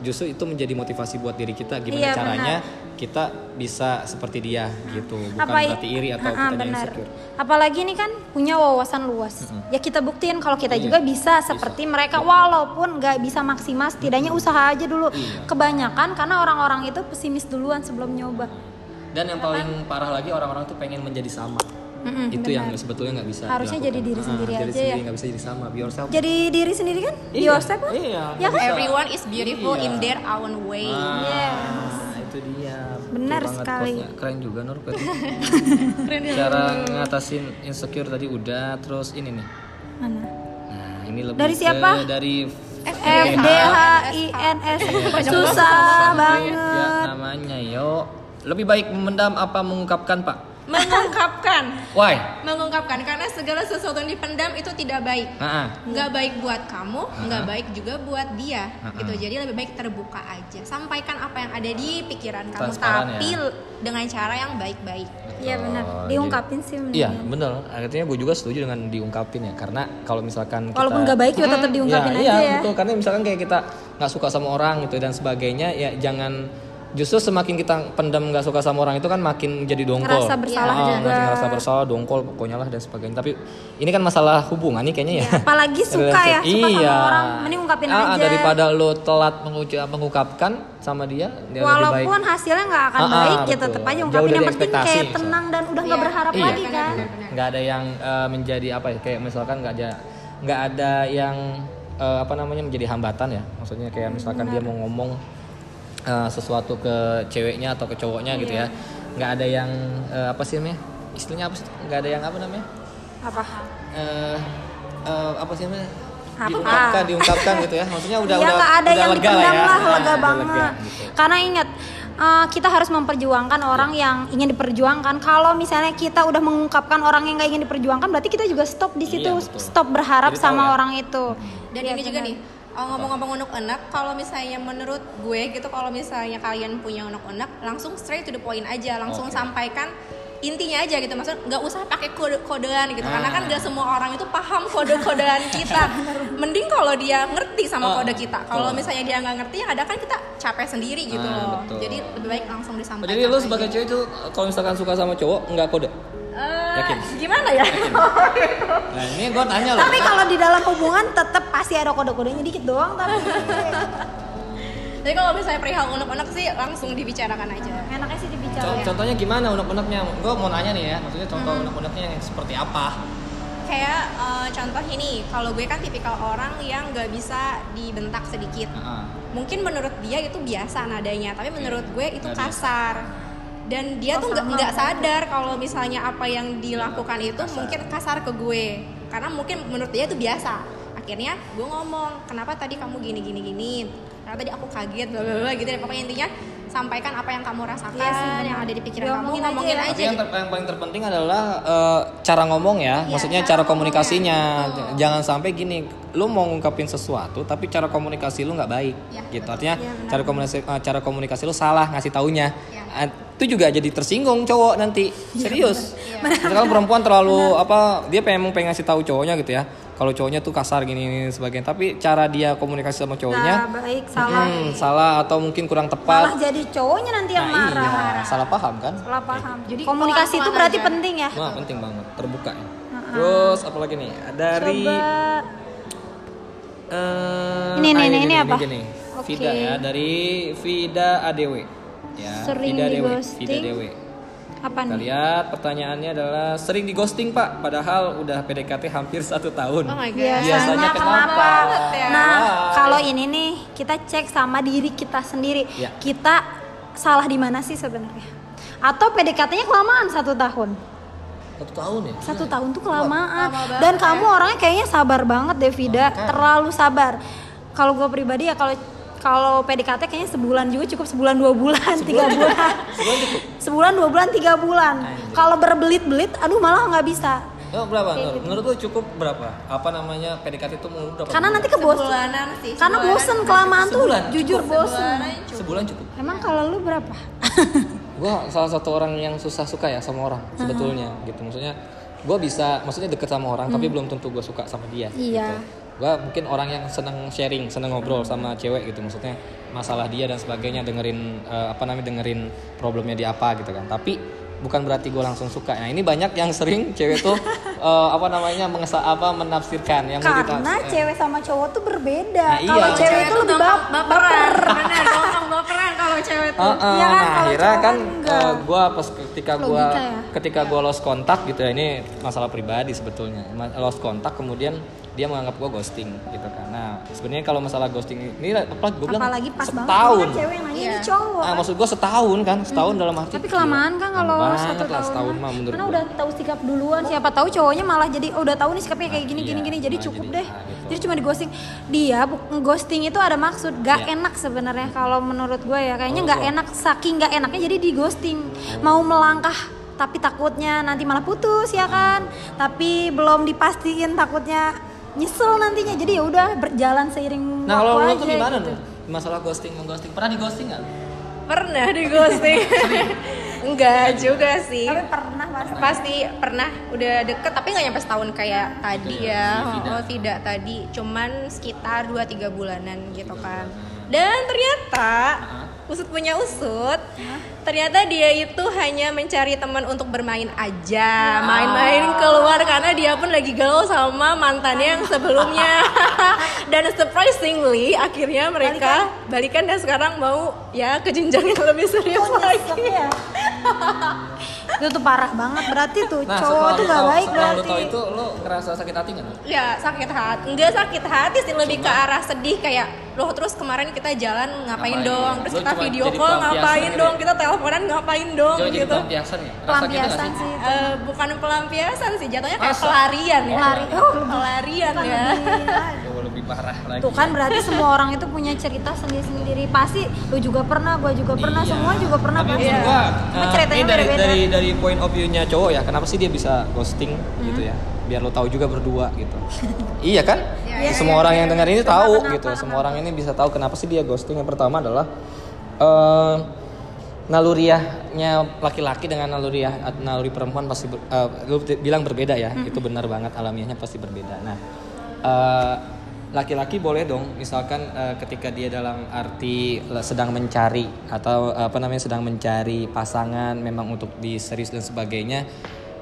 Speaker 2: justru itu menjadi motivasi buat diri kita gimana
Speaker 1: Iya,
Speaker 2: caranya kita bisa seperti dia gitu. Bukan
Speaker 1: i-
Speaker 2: berarti iri atau
Speaker 1: Ha-ha, Ah,
Speaker 2: kitanya
Speaker 1: benar.
Speaker 2: insecure.
Speaker 1: apalagi ini kan punya wawasan luas ya kita buktiin kalau kita
Speaker 2: Iya,
Speaker 1: juga bisa seperti mereka walaupun nggak bisa maksimal setidaknya usaha aja dulu
Speaker 2: Iya.
Speaker 1: kebanyakan karena orang-orang itu pesimis duluan sebelum nyoba
Speaker 2: Dan yang paling parah lagi orang-orang tuh pengen menjadi sama.
Speaker 1: Mm-mm,
Speaker 2: itu yang sebetulnya nggak bisa.
Speaker 1: Harusnya jadi diri
Speaker 2: Ah,
Speaker 1: sendiri
Speaker 2: jadi
Speaker 1: aja
Speaker 2: sendiri,
Speaker 1: ya.
Speaker 2: nggak bisa jadi sama. Be yourself.
Speaker 1: jadi diri sendiri kan
Speaker 2: Iya,
Speaker 1: yourself kan
Speaker 2: iya,
Speaker 1: ya kan
Speaker 2: bisa.
Speaker 3: Everyone is beautiful
Speaker 2: Iya.
Speaker 3: in their own way.
Speaker 2: Ah,
Speaker 1: Yes.
Speaker 2: itu dia.
Speaker 1: Benar
Speaker 2: Betul banget
Speaker 1: sekali. ya,
Speaker 2: quote-nya. Keren juga Nur. quote. Cara ngatasin insecure tadi udah, terus ini nih.
Speaker 1: mana
Speaker 2: Nah, ini lebih
Speaker 1: Dari
Speaker 2: ke-
Speaker 1: siapa?
Speaker 2: dari
Speaker 3: Eh,
Speaker 1: F
Speaker 2: Iya.
Speaker 1: D H I N S susah
Speaker 2: Ya,
Speaker 1: banget
Speaker 2: namanya yo. Lebih baik memendam apa mengungkapkan, Pak?
Speaker 3: Mengungkapkan,
Speaker 2: Why?
Speaker 3: mengungkapkan karena segala sesuatu yang dipendam itu tidak baik.
Speaker 2: Ah, ah.
Speaker 3: nggak baik buat kamu, nggak baik juga buat dia,
Speaker 2: Ha-ha.
Speaker 3: gitu. Jadi lebih baik terbuka aja, sampaikan apa yang ada di pikiran kamu,
Speaker 2: Transparan
Speaker 3: tapi
Speaker 2: ya.
Speaker 3: l- dengan cara yang baik-baik.
Speaker 1: iya benar
Speaker 2: Oh,
Speaker 1: diungkapin sih mendingan.
Speaker 2: Iya, bener. Akhirnya gue juga setuju dengan diungkapin ya, karena kalau misalkan kita
Speaker 1: walaupun nggak baik juga tetap diungkapin
Speaker 2: ya,
Speaker 1: aja
Speaker 2: iya,
Speaker 1: ya
Speaker 2: betul. Karena misalkan kayak kita nggak suka sama orang gitu dan sebagainya, ya jangan justru semakin kita pendam nggak suka sama orang itu kan makin jadi dongkol.
Speaker 1: Ngerasa bersalah
Speaker 2: Ah,
Speaker 1: juga.
Speaker 2: makin ngerasa bersalah, dongkol pokoknya lah dan sebagainya. Tapi ini kan masalah hubungan nih kayaknya
Speaker 1: Iya.
Speaker 2: ya.
Speaker 1: apalagi suka ya suka
Speaker 2: iya.
Speaker 1: sama orang mending ungkapin
Speaker 2: Ah, ah,
Speaker 1: aja
Speaker 2: Daripada lo telat menguca- mengungkapkan sama dia, dia lebih baik.
Speaker 1: walaupun hasilnya nggak akan
Speaker 2: Ah, ah,
Speaker 1: baik ya
Speaker 2: betul.
Speaker 1: tetap aja
Speaker 2: Jauh
Speaker 1: ungkapin
Speaker 2: dari
Speaker 1: yang penting
Speaker 2: ekspektasi,
Speaker 1: kayak
Speaker 2: misalnya.
Speaker 1: tenang dan udah nggak
Speaker 3: Iya.
Speaker 1: berharap
Speaker 2: Iya.
Speaker 1: lagi kan
Speaker 2: nggak ada yang eh, menjadi apa ya kayak misalkan nggak ada nggak ada yang eh, apa namanya menjadi hambatan ya maksudnya kayak misalkan dia mau ngomong eh, sesuatu ke ceweknya atau ke cowoknya gitu
Speaker 1: Iya.
Speaker 2: ya nggak ada yang eh, apa sih namanya istilahnya apa sih nggak ada yang apa namanya
Speaker 1: apa
Speaker 2: eh eh, apa sih namanya
Speaker 1: Apa?
Speaker 2: diungkapkan diungkapkan gitu ya maksudnya udah
Speaker 1: Iya,
Speaker 2: udah
Speaker 1: nggak ada
Speaker 2: udah
Speaker 1: yang
Speaker 2: lega
Speaker 1: dipendam
Speaker 2: ya.
Speaker 1: lah,
Speaker 2: Ah,
Speaker 1: lega
Speaker 2: udah
Speaker 1: banget.
Speaker 2: gitu. Iya.
Speaker 1: Karena ingat, eh, kita harus memperjuangkan orang yang ingin diperjuangkan. Kalau misalnya kita udah mengungkapkan orang yang nggak ingin diperjuangkan, berarti kita juga stop di situ,
Speaker 2: Iya, betul.
Speaker 1: stop berharap
Speaker 2: Jadi tahu
Speaker 1: sama
Speaker 2: ya.
Speaker 1: orang itu.
Speaker 3: Dan
Speaker 1: Iya,
Speaker 3: ini juga
Speaker 1: benar.
Speaker 3: nih, oh, ngomong-ngomong unek-unek, kalau misalnya menurut gue gitu, kalau misalnya kalian punya unek-unek, langsung straight to the point aja, langsung
Speaker 2: Oke.
Speaker 3: sampaikan intinya aja gitu maksudnya nggak usah pakai kode kodean gitu karena
Speaker 2: Ah.
Speaker 3: kan nggak semua orang itu paham kode kodean kita mending kalau dia ngerti
Speaker 2: Ah,
Speaker 3: sama kode kita kalau
Speaker 2: betul.
Speaker 3: misalnya dia nggak ngerti yang ada kan kita capek sendiri gitu
Speaker 2: Ah,
Speaker 3: loh
Speaker 2: betul. Oh,
Speaker 3: jadi lebih baik langsung disampaikan
Speaker 2: jadi lu
Speaker 3: aja.
Speaker 2: sebagai cewek itu kalau misalkan suka sama cowok nggak kode
Speaker 3: Eh,
Speaker 2: Yakin?
Speaker 3: gimana ya
Speaker 2: nah ini gue tanya loh
Speaker 1: Tapi kalau di dalam hubungan tetap pasti ada kode-kodenya dikit doang tapi
Speaker 3: Jadi kalau misalnya perihal unek-unek sih langsung dibicarakan aja.
Speaker 1: enaknya sih
Speaker 2: Co-
Speaker 1: dibicarain.
Speaker 2: Contohnya gimana unek-uneknya? Gue mau nanya nih ya, maksudnya contoh
Speaker 1: Hmm.
Speaker 2: unek-uneknya yang seperti apa?
Speaker 3: Kayak eh, contoh ini, kalau gue kan tipikal orang yang nggak bisa dibentak sedikit. Mungkin menurut dia itu biasa nadanya, tapi menurut gue itu
Speaker 2: Nada.
Speaker 3: kasar. Dan dia
Speaker 1: Oh,
Speaker 3: tuh nggak
Speaker 1: sama.
Speaker 3: nggak sadar kalau misalnya apa yang dilakukan
Speaker 2: Iya,
Speaker 3: itu mungkin kasar ke gue, karena mungkin menurut dia itu biasa. Akhirnya gue ngomong, kenapa tadi kamu gini gini gini? Karena tadi aku kaget, bla bla bla gitu. Dan pokoknya intinya sampaikan apa yang kamu rasakan,
Speaker 1: Iya sih, benar.
Speaker 3: yang ada di pikiran kamu,
Speaker 1: Diomongin
Speaker 3: ngomongin,
Speaker 1: aja ya.
Speaker 3: aja.
Speaker 2: Tapi yang,
Speaker 3: gitu.
Speaker 2: ter- yang paling terpenting adalah eh, cara ngomong ya, maksudnya cara,
Speaker 3: cara
Speaker 2: komunikasinya.
Speaker 3: ngomongnya.
Speaker 2: J- Jangan sampai gini, lu mau ngungkapin sesuatu tapi cara komunikasi lu nggak baik,
Speaker 3: Iya,
Speaker 2: gitu.
Speaker 3: betul.
Speaker 2: Artinya
Speaker 1: Iya, benar.
Speaker 2: cara komunikasi eh, cara komunikasi lu salah ngasih taunya.
Speaker 3: Iya.
Speaker 2: Eh, itu juga jadi tersinggung cowok nanti serius.
Speaker 3: Iya.
Speaker 2: Misalkan perempuan terlalu apa dia pengen pengen ngasih tahu cowoknya gitu ya. Kalau cowoknya tuh kasar gini, gini sebagainya, tapi cara dia komunikasi sama cowoknya
Speaker 1: Nah, baik salah.
Speaker 2: Hmm, salah atau mungkin kurang
Speaker 1: Malah
Speaker 2: tepat.
Speaker 1: jadi cowoknya nanti yang
Speaker 2: Nah,
Speaker 1: marah.
Speaker 2: iya, salah paham kan?
Speaker 1: Salah paham.
Speaker 3: Jadi
Speaker 1: komunikasi itu
Speaker 3: pelan-pelan
Speaker 1: berarti
Speaker 3: aja.
Speaker 1: penting ya.
Speaker 2: Wah, penting banget, terbuka ya. Terus apalagi nih? Dari
Speaker 1: Ah, Coba
Speaker 2: eh,
Speaker 1: Ini, ini,
Speaker 2: ah,
Speaker 1: ini, ini apa?
Speaker 2: gini.
Speaker 1: Oke.
Speaker 2: Vida ya, dari Vida ADW. Ya,
Speaker 1: Sering
Speaker 2: Vida ADW,
Speaker 1: di-ghosting.
Speaker 2: Vida ADW.
Speaker 1: apa
Speaker 2: Kita
Speaker 1: nih?
Speaker 2: lihat pertanyaannya adalah sering di ghosting, Pak, padahal udah PDKT hampir satu tahun.
Speaker 3: Oh my god.
Speaker 1: Biasanya,
Speaker 2: Biasanya
Speaker 1: kenapa?
Speaker 2: kenapa?
Speaker 1: Nah,
Speaker 2: Why?
Speaker 1: kalau ini nih kita cek sama diri kita sendiri.
Speaker 2: Ya.
Speaker 1: Kita salah di mana sih sebenarnya? Atau PDKT-nya kelamaan satu tahun.
Speaker 2: Satu tahun ya?
Speaker 1: Satu tahun tuh kelamaan.
Speaker 3: Lama banget.
Speaker 1: Dan kamu orangnya kayaknya sabar banget, Devida.
Speaker 2: Makanya.
Speaker 1: Terlalu sabar. Kalau gue pribadi ya kalau kalau PDKT kayaknya sebulan juga cukup sebulan dua bulan tiga bulan
Speaker 2: Sebulan cukup.
Speaker 1: sebulan dua bulan tiga bulan kalau berbelit-belit aduh malah nggak bisa
Speaker 2: Oh, berapa? Nur? Menurut lu cukup berapa? Apa namanya PDKT itu menurut berapa?
Speaker 1: Karena
Speaker 2: bulan?
Speaker 1: nanti kebosan.
Speaker 3: Sebulanan sih.
Speaker 1: Karena
Speaker 3: sebulanan.
Speaker 1: bosen kelamaan tuh,
Speaker 2: Sebulan.
Speaker 1: jujur bosen.
Speaker 3: Sebulanan cukup.
Speaker 2: sebulan cukup.
Speaker 4: Emang kalau lu berapa?
Speaker 2: Gua salah satu orang yang susah suka ya sama orang sebetulnya gitu. Maksudnya gua bisa maksudnya deket sama orang tapi belum tentu gua suka sama dia.
Speaker 1: Hmm. Iya.
Speaker 2: Gitu. Gua mungkin orang yang seneng sharing, seneng ngobrol sama cewek gitu maksudnya masalah dia dan sebagainya dengerin eh, apa namanya dengerin problemnya dia apa gitu kan. Tapi bukan berarti gua langsung suka. Nah ini banyak yang sering cewek tuh eh, apa namanya mengesa apa menafsirkan yang mau
Speaker 1: Karena
Speaker 2: ditafsir-
Speaker 1: cewek sama cowok tuh berbeda.
Speaker 2: eh. Nah, iya.
Speaker 1: Kalau
Speaker 2: Kalau
Speaker 1: cewek itu lebih
Speaker 3: gampang
Speaker 1: bab-
Speaker 3: baperan. Benar, gampang baperan kalau cewek tuh.
Speaker 2: Heeh,
Speaker 1: Iya kan,
Speaker 2: nah
Speaker 1: kalau cowok
Speaker 2: akhirnya kan
Speaker 1: kan enggak.
Speaker 2: gue pas ketika gue
Speaker 1: Logika ya.
Speaker 2: ketika gue lost kontak gitu ya ini masalah pribadi sebetulnya Ma- lost kontak kemudian dia menganggap gue ghosting gitu kan nah sebenarnya kalau masalah ghosting ini apa gue bilang
Speaker 1: apalagi pas banget
Speaker 2: setahun
Speaker 1: kan cewek yang nanya
Speaker 3: Iya.
Speaker 1: ini cowok.
Speaker 2: ah, maksud gue setahun kan setahun dalam arti iya.
Speaker 1: Tapi kelamaan kan
Speaker 2: gila,
Speaker 1: kalau
Speaker 2: lama
Speaker 1: satu
Speaker 2: banget lah
Speaker 1: tahun.
Speaker 2: setahun mah menurut
Speaker 1: Karena
Speaker 2: gua.
Speaker 1: udah tahu sikap duluan, siapa tahu cowoknya malah jadi oh, udah tahu nih sikapnya kayak
Speaker 2: Nah,
Speaker 1: gini
Speaker 2: iya.
Speaker 1: gini gini jadi
Speaker 2: Nah,
Speaker 1: cukup
Speaker 2: jadi,
Speaker 1: deh.
Speaker 2: nah, gitu.
Speaker 1: Jadi cuma dighosting. Dia bu- ghosting itu ada maksud, gak
Speaker 2: Iya. Oh,
Speaker 1: enak sebenarnya kalau menurut gue ya. Kayaknya
Speaker 2: Kalau
Speaker 1: gak
Speaker 2: gua-
Speaker 1: enak saking gak enaknya jadi di ghosting.
Speaker 2: Oh.
Speaker 1: Mau melangkah tapi takutnya nanti malah putus ya kan.
Speaker 2: Oh.
Speaker 1: Tapi belum dipastiin takutnya nyesel nantinya. Jadi ya udah berjalan seiring
Speaker 2: nah
Speaker 1: waktu
Speaker 2: kalau lu
Speaker 1: aja
Speaker 2: tuh gimana
Speaker 1: gitu.
Speaker 2: Nur? masalah ghosting mengghosting pernah di ghosting nggak
Speaker 3: Pernah di ghosting. Enggak juga sih.
Speaker 1: Tapi pernah mas.
Speaker 3: Pasti pernah udah deket tapi nggak nyampe setahun kayak tadi ya.
Speaker 2: Iya, tidak.
Speaker 3: Oh, tidak tadi, cuman sekitar 2 3 bulanan gitu kan. Dan ternyata usut punya usut. Ternyata dia itu hanya mencari teman untuk bermain aja, main-main keluar karena dia pun lagi galau sama mantannya yang sebelumnya. dan surprisingly akhirnya mereka balikan. dan sekarang mau ya ke jenjang yang lebih serius
Speaker 1: Oh,
Speaker 3: lagi.
Speaker 1: nyesek ya. itu tuh parah banget berarti tuh
Speaker 2: nah
Speaker 1: cowok
Speaker 2: setelah
Speaker 1: tuh
Speaker 2: lu
Speaker 1: gak
Speaker 2: tahu-
Speaker 1: baik
Speaker 2: setelah lu
Speaker 1: berarti
Speaker 2: tahu itu gitu lu ngerasa sakit hati nggak Nur?
Speaker 3: Ya sakit hati, enggak sakit hati sih lebih ke arah sedih kayak loh terus kemarin kita jalan
Speaker 2: Ngapain?
Speaker 3: ngapain, dong, terus
Speaker 2: Lu
Speaker 3: kita
Speaker 2: cuma
Speaker 3: video
Speaker 2: jadi
Speaker 3: call
Speaker 2: pelampiasan
Speaker 3: ngapain
Speaker 2: gitu
Speaker 3: dong,
Speaker 2: ya?
Speaker 3: kita teleponan ngapain dong
Speaker 2: Coba jadi
Speaker 3: gitu.
Speaker 2: pelampiasan ya Rasa gitu nggak
Speaker 1: pelampiasan
Speaker 2: sih?
Speaker 1: sih itu.
Speaker 3: Eh, bukan pelampiasan sih jatuhnya kayak
Speaker 2: Masa? Iya.
Speaker 3: pelarian ya.
Speaker 1: Pelari- oh, lebih-
Speaker 3: pelarian ya.
Speaker 1: Gila.
Speaker 2: Coba lebih parah lagi
Speaker 1: tuh kan berarti semua orang itu punya cerita sendiri-sendiri pasti lu juga pernah gua juga pernah
Speaker 2: Iya.
Speaker 1: semua juga pernah
Speaker 2: tapi
Speaker 1: pasti
Speaker 2: maksud gua,
Speaker 1: Cuma
Speaker 2: eh,
Speaker 1: ceritanya
Speaker 2: ini dari
Speaker 1: beda-beda.
Speaker 2: dari dari point of view-nya cowok ya kenapa sih dia bisa ghosting gitu ya biar lo tahu juga berdua gitu iya kan
Speaker 3: Iya,
Speaker 2: semua orang yang dengar ini
Speaker 1: Coba
Speaker 2: tahu
Speaker 1: kenapa,
Speaker 2: gitu semua
Speaker 1: kenapa?
Speaker 2: orang ini bisa tahu kenapa sih dia ghosting yang pertama adalah eh naluriahnya laki-laki dengan naluriah naluri perempuan pasti ber- eh, lu t- bilang berbeda ya itu benar banget alamiahnya pasti berbeda nah eh, laki-laki boleh dong misalkan eh, ketika dia dalam arti le- sedang mencari atau eh, apa namanya sedang mencari pasangan memang untuk diserius dan sebagainya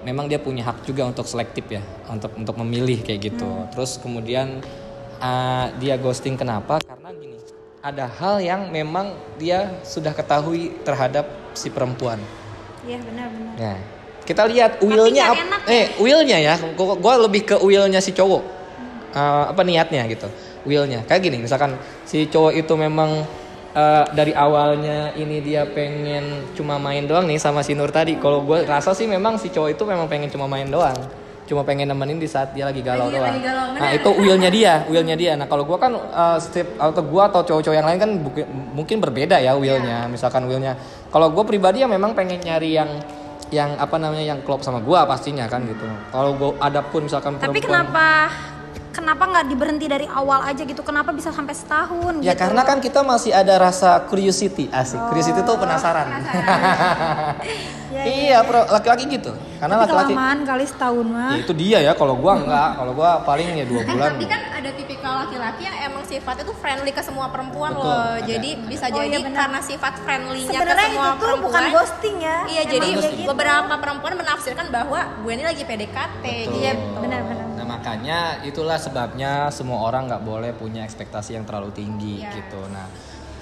Speaker 2: memang dia punya hak juga untuk selektif ya untuk untuk memilih kayak gitu terus kemudian eh, dia ghosting kenapa karena gini ada hal yang memang dia sudah ketahui terhadap si perempuan.
Speaker 1: iya benar-benar
Speaker 2: Ya. Kita lihat willnya
Speaker 1: nggak
Speaker 2: ap-
Speaker 1: enak
Speaker 2: eh willnya ya. Gua, gua lebih ke willnya si cowok. Eh, apa niatnya gitu. Willnya kayak gini misalkan si cowok itu memang eh, dari awalnya ini dia pengen cuma main doang nih sama si Nur tadi. Kalau gue rasa sih memang si cowok itu memang pengen cuma main doang. Cuma pengen nemenin di saat dia lagi galau
Speaker 3: Lagi-
Speaker 2: doang.
Speaker 3: lagi galau,
Speaker 2: nah,
Speaker 3: bener.
Speaker 2: itu willnya dia, willnya dia. Nah kalau gue kan eh, setiap atau gue atau cowok-cowok yang lain kan buki- mungkin berbeda ya willnya. Misalkan willnya, kalau gue pribadi ya memang pengen nyari yang yang apa namanya yang klop sama gue pastinya kan gitu. Kalau gue ada pun misalkan
Speaker 1: tapi
Speaker 2: perempuan-
Speaker 1: kenapa kenapa nggak diberhenti dari awal aja gitu kenapa bisa sampai setahun
Speaker 2: Ya
Speaker 1: gitu?
Speaker 2: karena kan kita masih ada rasa curiosity asik. Curiosity tuh penasaran. iya, bro, laki-laki gitu. Karena
Speaker 1: Tapi
Speaker 2: laki-laki.
Speaker 1: kelamaan kali setahun mah
Speaker 2: Ya, itu dia ya. Kalau gua enggak, kalau gua paling ya dua
Speaker 3: Kan
Speaker 2: bulan.
Speaker 3: tapi kan ada tipikal laki-laki yang emang sifatnya tuh friendly ke semua perempuan
Speaker 2: Betul,
Speaker 3: loh.
Speaker 2: ada,
Speaker 3: Jadi bisa
Speaker 1: Oh,
Speaker 3: jadi
Speaker 1: iya, benar.
Speaker 3: karena sifat friendly-nya ke
Speaker 1: sebenarnya
Speaker 3: Iya, kan semua
Speaker 1: itu tuh
Speaker 3: perempuan.
Speaker 1: bukan ghosting ya
Speaker 3: Iya,
Speaker 1: Emang
Speaker 3: jadi
Speaker 1: kayak gitu.
Speaker 3: beberapa perempuan menafsirkan bahwa gue ini lagi PDKT
Speaker 2: Betul.
Speaker 3: gitu.
Speaker 1: benar-benar.
Speaker 2: Nah makanya itulah sebabnya semua orang nggak boleh punya ekspektasi yang terlalu tinggi
Speaker 3: Iya.
Speaker 2: gitu. Nah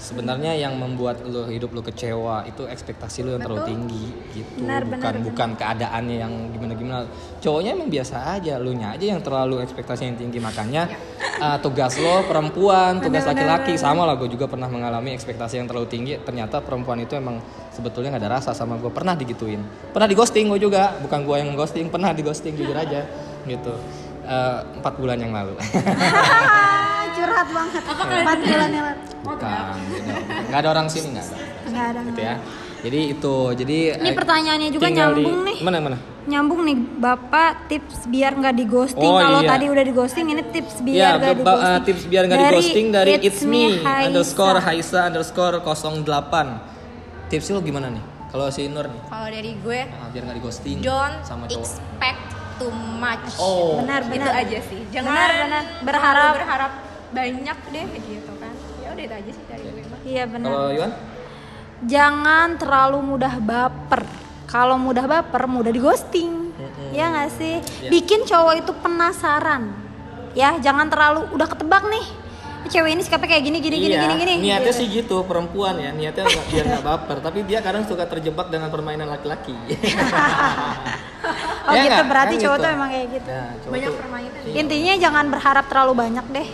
Speaker 2: sebenarnya yang membuat lo hidup lo kecewa itu ekspektasi lo yang terlalu tinggi gitu.
Speaker 1: Benar,
Speaker 2: bukan
Speaker 1: benar, benar.
Speaker 2: bukan keadaannya yang gimana gimana. Cowoknya emang biasa aja, lo nya aja yang terlalu ekspektasi yang tinggi makanya
Speaker 1: Iya.
Speaker 2: uh, tugas lo perempuan, tugas laki-laki sama lah. Gue juga pernah mengalami ekspektasi yang terlalu tinggi. Ternyata perempuan itu emang sebetulnya nggak ada rasa sama gue. Pernah digituin, pernah di ghosting gue juga. Bukan gue yang ghosting, pernah di ghosting jujur aja gitu. Eh, empat bulan yang lalu.
Speaker 1: Oh, Hahaha, curhat banget empat ya, bulan yang lalu
Speaker 2: Bukan, nggak ada orang sini nggak ada.
Speaker 1: nggak ada
Speaker 2: Gitu ya. Jadi itu, jadi
Speaker 1: Ini
Speaker 2: eh,
Speaker 1: pertanyaannya juga
Speaker 2: tinggal di-
Speaker 1: nyambung nih.
Speaker 2: Mana mana?
Speaker 1: nyambung nih bapak tips biar nggak di ghosting
Speaker 2: Oh,
Speaker 1: kalau
Speaker 2: iya.
Speaker 1: tadi udah di ghosting ini tips
Speaker 2: Ya,
Speaker 1: biar nggak di
Speaker 2: ba- ba-
Speaker 1: ghosting
Speaker 2: uh, tips biar nggak di ghosting dari it's me
Speaker 1: Haisa.
Speaker 2: underscore Haisa underscore 08 Tipsnya lo gimana nih? Kalau si Nur nih,
Speaker 3: Kalau dari gue,
Speaker 2: ah, biar nggak di ghosting
Speaker 3: don't
Speaker 2: sama cowok.
Speaker 3: expect too much.
Speaker 2: Oh,
Speaker 1: benar
Speaker 3: Itu
Speaker 1: benar
Speaker 3: aja sih. Jangan
Speaker 1: Benar, benar. Berharap.
Speaker 3: berharap banyak deh gitu kan. Ya udah itu aja sih dari gue mah.
Speaker 1: iya benar
Speaker 2: kalau Yuan?
Speaker 1: jangan terlalu mudah baper kalau mudah baper mudah di ghosting ya nggak sih
Speaker 2: Iya.
Speaker 1: bikin cowok itu penasaran ya jangan terlalu udah ketebak nih cewek ini sikapnya kayak gini gini gini
Speaker 2: Iya,
Speaker 1: gini gini
Speaker 2: Niatnya sih gitu perempuan ya, niatnya nggak- biar nggak baper, tapi dia kadang suka terjebak dengan permainan laki-laki.
Speaker 1: oh
Speaker 2: Iya
Speaker 1: gitu
Speaker 2: nggak?
Speaker 1: berarti
Speaker 2: Kan
Speaker 1: cowok
Speaker 2: gitu.
Speaker 1: tuh emang kayak gitu
Speaker 2: Nah, cowok
Speaker 3: Banyak
Speaker 2: tuh-
Speaker 3: permainan.
Speaker 1: intinya jangan berharap terlalu banyak deh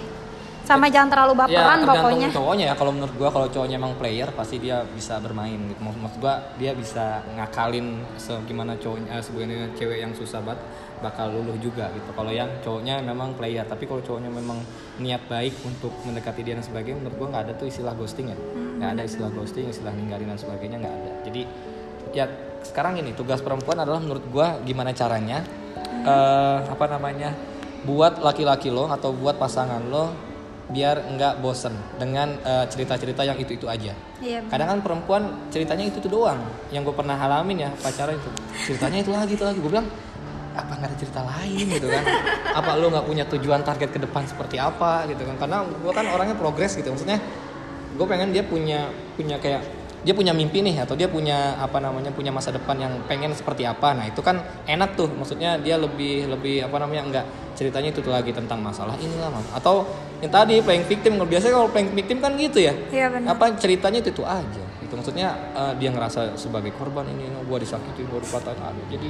Speaker 1: sama jangan terlalu baperan
Speaker 2: Ya, tergantung
Speaker 1: pokoknya
Speaker 2: cowoknya ya kalau menurut gua kalau cowoknya emang player pasti dia bisa bermain gitu maksud, maksud gua dia bisa ngakalin se- gimana cowoknya eh, sebagai cewek yang susah banget bakal luluh juga gitu kalau yang cowoknya memang player tapi kalau cowoknya memang niat baik untuk mendekati dia dan sebagainya menurut gua nggak ada tuh istilah ghosting ya
Speaker 1: Hmm.
Speaker 2: nggak ada istilah ghosting istilah ninggalin dan sebagainya nggak ada jadi ya sekarang ini tugas perempuan adalah menurut gua gimana caranya
Speaker 1: Hmm.
Speaker 2: eh, apa namanya buat laki-laki lo atau buat pasangan lo biar nggak bosen dengan eh, cerita-cerita yang itu itu aja.
Speaker 1: Iya, benar.
Speaker 2: Kadang kan perempuan ceritanya itu itu doang. Yang gue pernah alamin ya pacaran itu ceritanya itu lagi itu lagi. Gue bilang apa nggak ada cerita lain gitu kan? Apa lo nggak punya tujuan target ke depan seperti apa gitu kan? Karena gue kan orangnya progres gitu. Maksudnya gue pengen dia punya punya kayak dia punya mimpi nih atau dia punya apa namanya punya masa depan yang pengen seperti apa nah itu kan enak tuh maksudnya dia lebih lebih apa namanya enggak ceritanya itu tuh lagi tentang masalah inilah Mam. atau yang tadi playing victim kalau biasanya kalau playing victim kan gitu ya
Speaker 1: Iya, benar.
Speaker 2: apa ceritanya itu itu aja itu maksudnya eh, dia ngerasa sebagai korban ini ini, gua disakitin gua dipatahin aduh jadi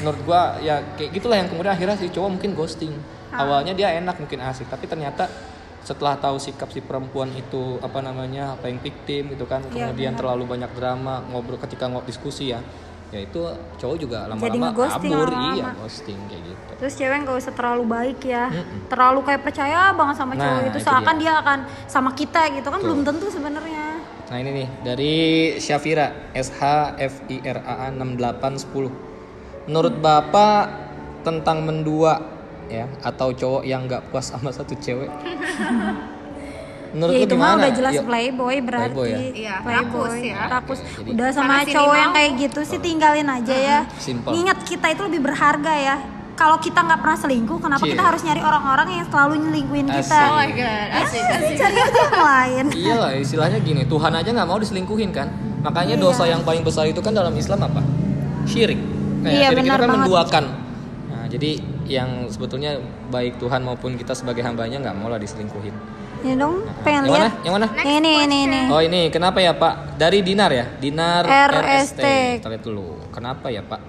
Speaker 2: menurut gua ya kayak gitulah yang kemudian akhirnya si cowok mungkin ghosting
Speaker 1: Ah.
Speaker 2: awalnya dia enak mungkin asik tapi ternyata setelah tahu sikap si perempuan itu apa namanya apa yang victim gitu kan
Speaker 1: Iya,
Speaker 2: kemudian terlalu banyak drama ngobrol ketika ngobrol diskusi ya ya itu cowok juga lama-lama
Speaker 1: ngeghosting
Speaker 2: kabur
Speaker 1: lama-lama.
Speaker 2: iya ghosting kayak gitu
Speaker 1: terus cewek nggak usah terlalu baik ya terlalu kayak percaya banget sama
Speaker 2: Nah,
Speaker 1: cowok itu
Speaker 2: itu
Speaker 1: seakan
Speaker 2: dia.
Speaker 1: dia. akan sama kita gitu kan belum tentu sebenarnya
Speaker 2: nah ini nih dari Syafira SH FIRAA 6810 menurut
Speaker 1: Hmm.
Speaker 2: bapak tentang mendua ya atau cowok yang nggak puas sama satu cewek menurut
Speaker 1: ya
Speaker 2: lu
Speaker 1: itu mah
Speaker 2: gimana?
Speaker 1: udah jelas
Speaker 2: Ya,
Speaker 1: playboy berarti
Speaker 2: Playboy ya?
Speaker 3: Iya, rakus ya.
Speaker 1: rakus.
Speaker 2: Iya, jadi-
Speaker 1: udah sama
Speaker 3: Sana sini
Speaker 1: cowok yang
Speaker 3: mau.
Speaker 1: kayak gitu sih tinggalin aja ya
Speaker 2: Simple.
Speaker 1: ingat kita itu lebih berharga ya kalau kita nggak pernah selingkuh kenapa
Speaker 2: Cie.
Speaker 1: kita harus nyari orang-orang yang selalu nyelingkuin kita
Speaker 2: Asik.
Speaker 3: Oh my god, asik asik.
Speaker 1: cari aja yang lain
Speaker 2: Iya lah, istilahnya gini, Tuhan aja nggak mau diselingkuhin kan. Makanya
Speaker 1: Iya.
Speaker 2: dosa yang paling besar itu kan dalam Islam apa? Syirik. Kayak
Speaker 1: Iya,
Speaker 2: syirik
Speaker 1: benar
Speaker 2: itu kan
Speaker 1: banget.
Speaker 2: menduakan. Nah, jadi yang sebetulnya baik Tuhan maupun kita sebagai hambanya nggak mau lah diselingkuhin.
Speaker 1: ini Ya dong pengen
Speaker 2: yang
Speaker 1: lihat
Speaker 2: mana? Yang mana?
Speaker 1: ini ini ini, ini.
Speaker 2: Oh ini kenapa ya Pak? Dari Dinar ya? Dinar
Speaker 1: RST.
Speaker 2: RST. Kita lihat dulu. Kenapa ya Pak?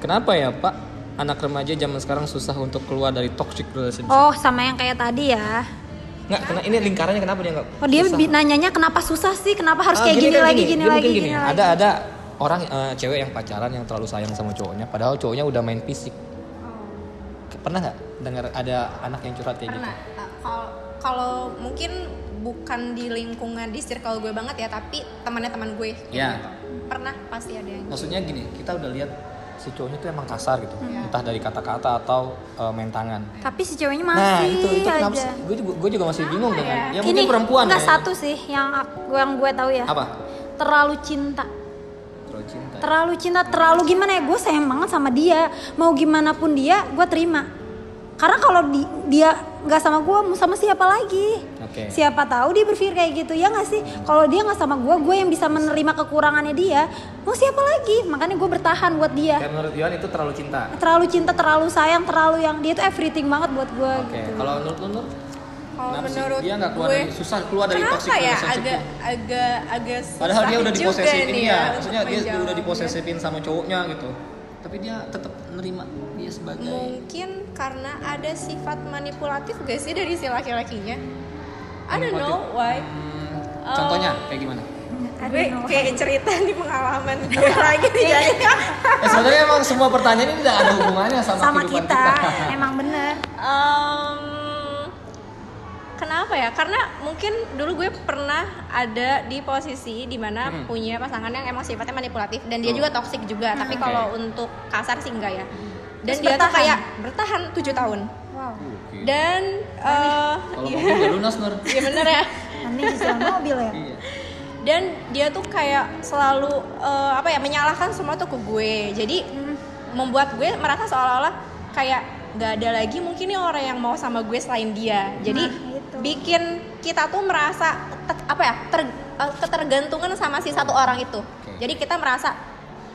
Speaker 2: Kenapa ya Pak? Anak remaja zaman sekarang susah untuk keluar dari toxic relationship.
Speaker 1: oh sama yang kayak tadi ya
Speaker 2: Nggak, kena, ini lingkarannya kenapa dia nggak?
Speaker 1: Oh dia
Speaker 2: susah?
Speaker 1: bi- nanyanya kenapa susah sih? Kenapa harus
Speaker 2: Ah,
Speaker 1: kayak gini,
Speaker 2: kan
Speaker 1: lagi, gini,
Speaker 2: Dia
Speaker 1: lagi,
Speaker 2: mungkin
Speaker 1: gini, lagi?
Speaker 2: Ada ada orang eh, cewek yang pacaran yang terlalu sayang sama cowoknya, padahal cowoknya udah main fisik. Ke- Pernah nggak dengar ada anak yang curhat kayak
Speaker 3: Karena
Speaker 2: gitu?
Speaker 3: uh, kalau kalau mungkin bukan di lingkungan di circle gue banget ya, tapi temannya teman gue.
Speaker 2: Ya.
Speaker 3: Pernah pasti ada yang.
Speaker 2: Maksudnya gini, kita udah lihat si cowoknya tuh emang kasar gitu,
Speaker 1: Hmm.
Speaker 2: entah dari kata-kata atau eh, main tangan.
Speaker 1: Tapi si ceweknya masih
Speaker 2: Nah itu itu
Speaker 1: aja. Iya.
Speaker 2: kenapa? sih? Gue juga gue juga masih bingung dengan. Ya,
Speaker 1: ini
Speaker 2: mungkin perempuan.
Speaker 1: enggak
Speaker 2: ya.
Speaker 1: satu sih yang aku, yang gue tahu ya.
Speaker 2: Apa?
Speaker 1: Terlalu cinta.
Speaker 2: Terlalu cinta.
Speaker 1: Terlalu cinta, terlalu gimana ya? Gue sayang banget sama dia. Mau gimana pun dia, gue terima. Karena kalau di- dia nggak sama gue, mau sama siapa lagi?
Speaker 2: Oke.
Speaker 1: Siapa tahu dia berpikir kayak gitu ya nggak sih? Kalau dia nggak sama gue, gue yang bisa menerima kekurangannya dia. Mau siapa lagi? Makanya gue bertahan buat dia.
Speaker 2: Kayak menurut Yohan itu terlalu cinta.
Speaker 1: terlalu cinta terlalu sayang terlalu yang dia tuh everything banget buat gitu. gue
Speaker 2: Oke, kalau menurut lu Nur?
Speaker 3: Kalau
Speaker 2: Kenapa sih?
Speaker 3: menurut
Speaker 2: dia nggak keluar
Speaker 3: gue-
Speaker 2: dari, susah keluar dari toxic
Speaker 3: Kenapa ya
Speaker 2: relationship
Speaker 3: agak agak agak susah
Speaker 2: Padahal dia udah
Speaker 3: juga
Speaker 2: diposesifin
Speaker 3: nih
Speaker 2: ya,
Speaker 3: untuk
Speaker 2: maksudnya dia
Speaker 3: menjawab.
Speaker 2: udah diposesifin sama cowoknya gitu. Tapi dia tetap nerima dia sebagai
Speaker 3: Mungkin karena ada sifat manipulatif gak sih dari si laki-lakinya? I don't know why.
Speaker 2: Hmm, contohnya kayak gimana?
Speaker 3: Gue kayak cerita nih pengalaman gue lagi nih jadi.
Speaker 1: Iya.
Speaker 2: Eh, sebenarnya emang semua pertanyaan ini tidak ada hubungannya sama,
Speaker 1: sama
Speaker 2: kehidupan
Speaker 1: kita emang bener
Speaker 3: Em, Kenapa ya? Karena mungkin dulu gue pernah ada di posisi dimana punya pasangan yang emang sifatnya manipulatif dan dia
Speaker 2: Tuh.
Speaker 3: juga toksik juga.
Speaker 2: Oke.
Speaker 3: Tapi kalau untuk kasar sih enggak ya. Dan
Speaker 1: Hmm. Terus
Speaker 3: dia tuh
Speaker 1: bertahan?
Speaker 3: kayak bertahan 7 tahun.
Speaker 1: Wow.
Speaker 3: Dan eh,
Speaker 2: Kalau
Speaker 3: iya
Speaker 2: kamu udah lunas Nur.
Speaker 3: iya bener ya.
Speaker 1: Nanti cicilan mobil ya.
Speaker 2: Iya.
Speaker 3: Dan dia tuh kayak selalu eh, apa ya menyalahkan semua tuh ke gue. Jadi membuat gue merasa seolah-olah kayak nggak ada lagi mungkin nih orang yang mau sama gue selain dia jadi
Speaker 1: Nah, itu.
Speaker 3: bikin kita tuh merasa te- apa ya ter- eh, ketergantungan sama si satu orang itu
Speaker 2: Oke.
Speaker 3: jadi kita merasa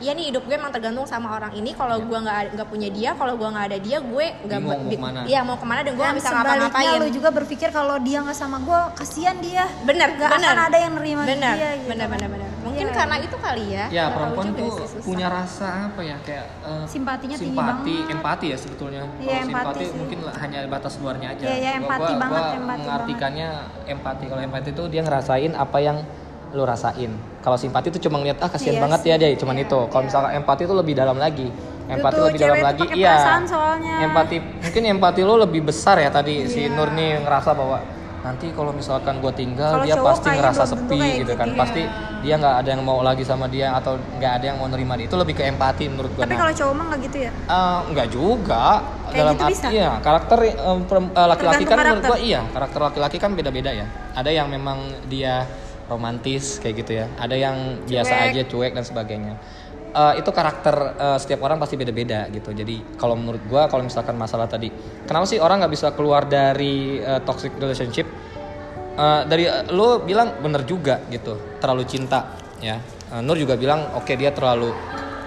Speaker 3: ya nih hidup gue emang tergantung sama orang ini kalau gue nggak ada- nggak punya dia kalau gue nggak ada dia gue nggak
Speaker 2: Iya. Bingung mau kemana.
Speaker 3: iya mau kemana dan gue
Speaker 1: Dan
Speaker 3: nggak bisa
Speaker 1: sebaliknya
Speaker 3: ngapa-ngapain
Speaker 1: lu juga berpikir kalau dia nggak sama gue, kasihan dia.
Speaker 3: bener
Speaker 1: Gak
Speaker 3: bener
Speaker 1: akan ada yang nerima
Speaker 3: bener
Speaker 1: dia. Gitu.
Speaker 3: bener bener bener mungkin
Speaker 1: Iya.
Speaker 3: karena itu kali ya
Speaker 2: Ya
Speaker 3: Nggak tahu
Speaker 2: perempuan
Speaker 3: juga
Speaker 2: tuh
Speaker 3: sih, susah.
Speaker 2: punya rasa apa ya kayak eh,
Speaker 1: Simpatinya tinggi
Speaker 2: simpati,
Speaker 1: banget.
Speaker 2: empati ya sebetulnya.
Speaker 1: Iya,
Speaker 2: kalau
Speaker 1: empati
Speaker 2: simpati
Speaker 1: sih.
Speaker 2: mungkin lah- hanya batas luarnya aja.
Speaker 1: Iya, iya,
Speaker 2: Gua-
Speaker 1: empati
Speaker 2: gua-
Speaker 1: banget,
Speaker 2: gua
Speaker 1: empati
Speaker 2: mengartikannya empati. Kalau empati itu dia ngerasain apa yang lu rasain. Kalau simpati itu cuma ngeliat ah kasihan
Speaker 1: Iya
Speaker 2: banget
Speaker 1: sih.
Speaker 2: ya dia, cuman itu. Kalau misalkan empati itu lebih dalam lagi. Empati
Speaker 1: tuh
Speaker 2: lebih dalam
Speaker 1: cewek tuh
Speaker 2: lagi.
Speaker 1: pakai
Speaker 2: Iya.
Speaker 1: perasaan soalnya. Iya.
Speaker 2: Empati mungkin empati lo lebih besar ya tadi si Nur nih ngerasa bahwa nanti kalau misalkan gue tinggal
Speaker 1: Kalau
Speaker 2: dia
Speaker 1: cowok
Speaker 2: pasti
Speaker 1: kayaknya
Speaker 2: ngerasa
Speaker 1: belum tentu
Speaker 2: sepi
Speaker 1: kayak
Speaker 2: gitu kan
Speaker 1: gitu,
Speaker 2: pasti dia nggak ada yang mau lagi sama dia atau nggak ada yang mau nerima dia itu lebih ke empati menurut gue
Speaker 1: Tapi kalau cowok mah nggak gitu ya.
Speaker 2: nggak Eh, juga
Speaker 1: Kayak
Speaker 2: dalam
Speaker 1: gitu bisa?
Speaker 2: arti ya karakter em, perem- eh, laki-laki kan
Speaker 1: Tergantung
Speaker 2: menurut gue
Speaker 1: karakter.
Speaker 2: iya karakter laki-laki kan beda-beda ya ada yang memang dia romantis kayak gitu ya ada yang biasa
Speaker 3: Cuek.
Speaker 2: aja cuek dan sebagainya Eh, itu karakter eh, setiap orang pasti beda-beda gitu jadi kalau menurut gue kalau misalkan masalah tadi kenapa sih orang nggak bisa keluar dari eh, toxic relationship Eh, dari eh, lo bilang bener juga gitu terlalu cinta ya Eh, Nur juga bilang oke dia terlalu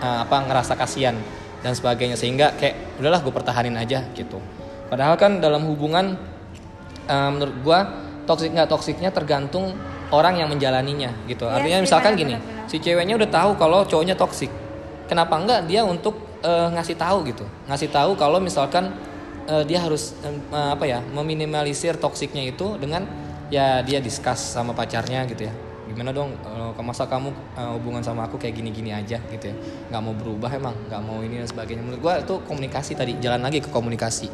Speaker 2: eh, apa ngerasa kasihan dan sebagainya sehingga kayak udahlah gue pertahanin aja gitu padahal kan dalam hubungan eh, menurut gue toksik nggak toksiknya tergantung orang yang menjalaninya gitu
Speaker 1: Iya
Speaker 2: artinya
Speaker 1: sih,
Speaker 2: misalkan gini
Speaker 1: benar, benar,
Speaker 2: si ceweknya udah tahu kalau cowoknya toksik kenapa enggak dia untuk eh, ngasih tahu gitu ngasih tahu kalau misalkan eh, dia harus em, eh, apa ya meminimalisir toksiknya itu dengan ya dia discuss sama pacarnya gitu ya gimana dong eh, ke- masa kamu eh, hubungan sama aku kayak gini-gini aja gitu ya nggak mau berubah emang nggak mau ini dan sebagainya menurut gua itu komunikasi tadi jalan lagi ke komunikasi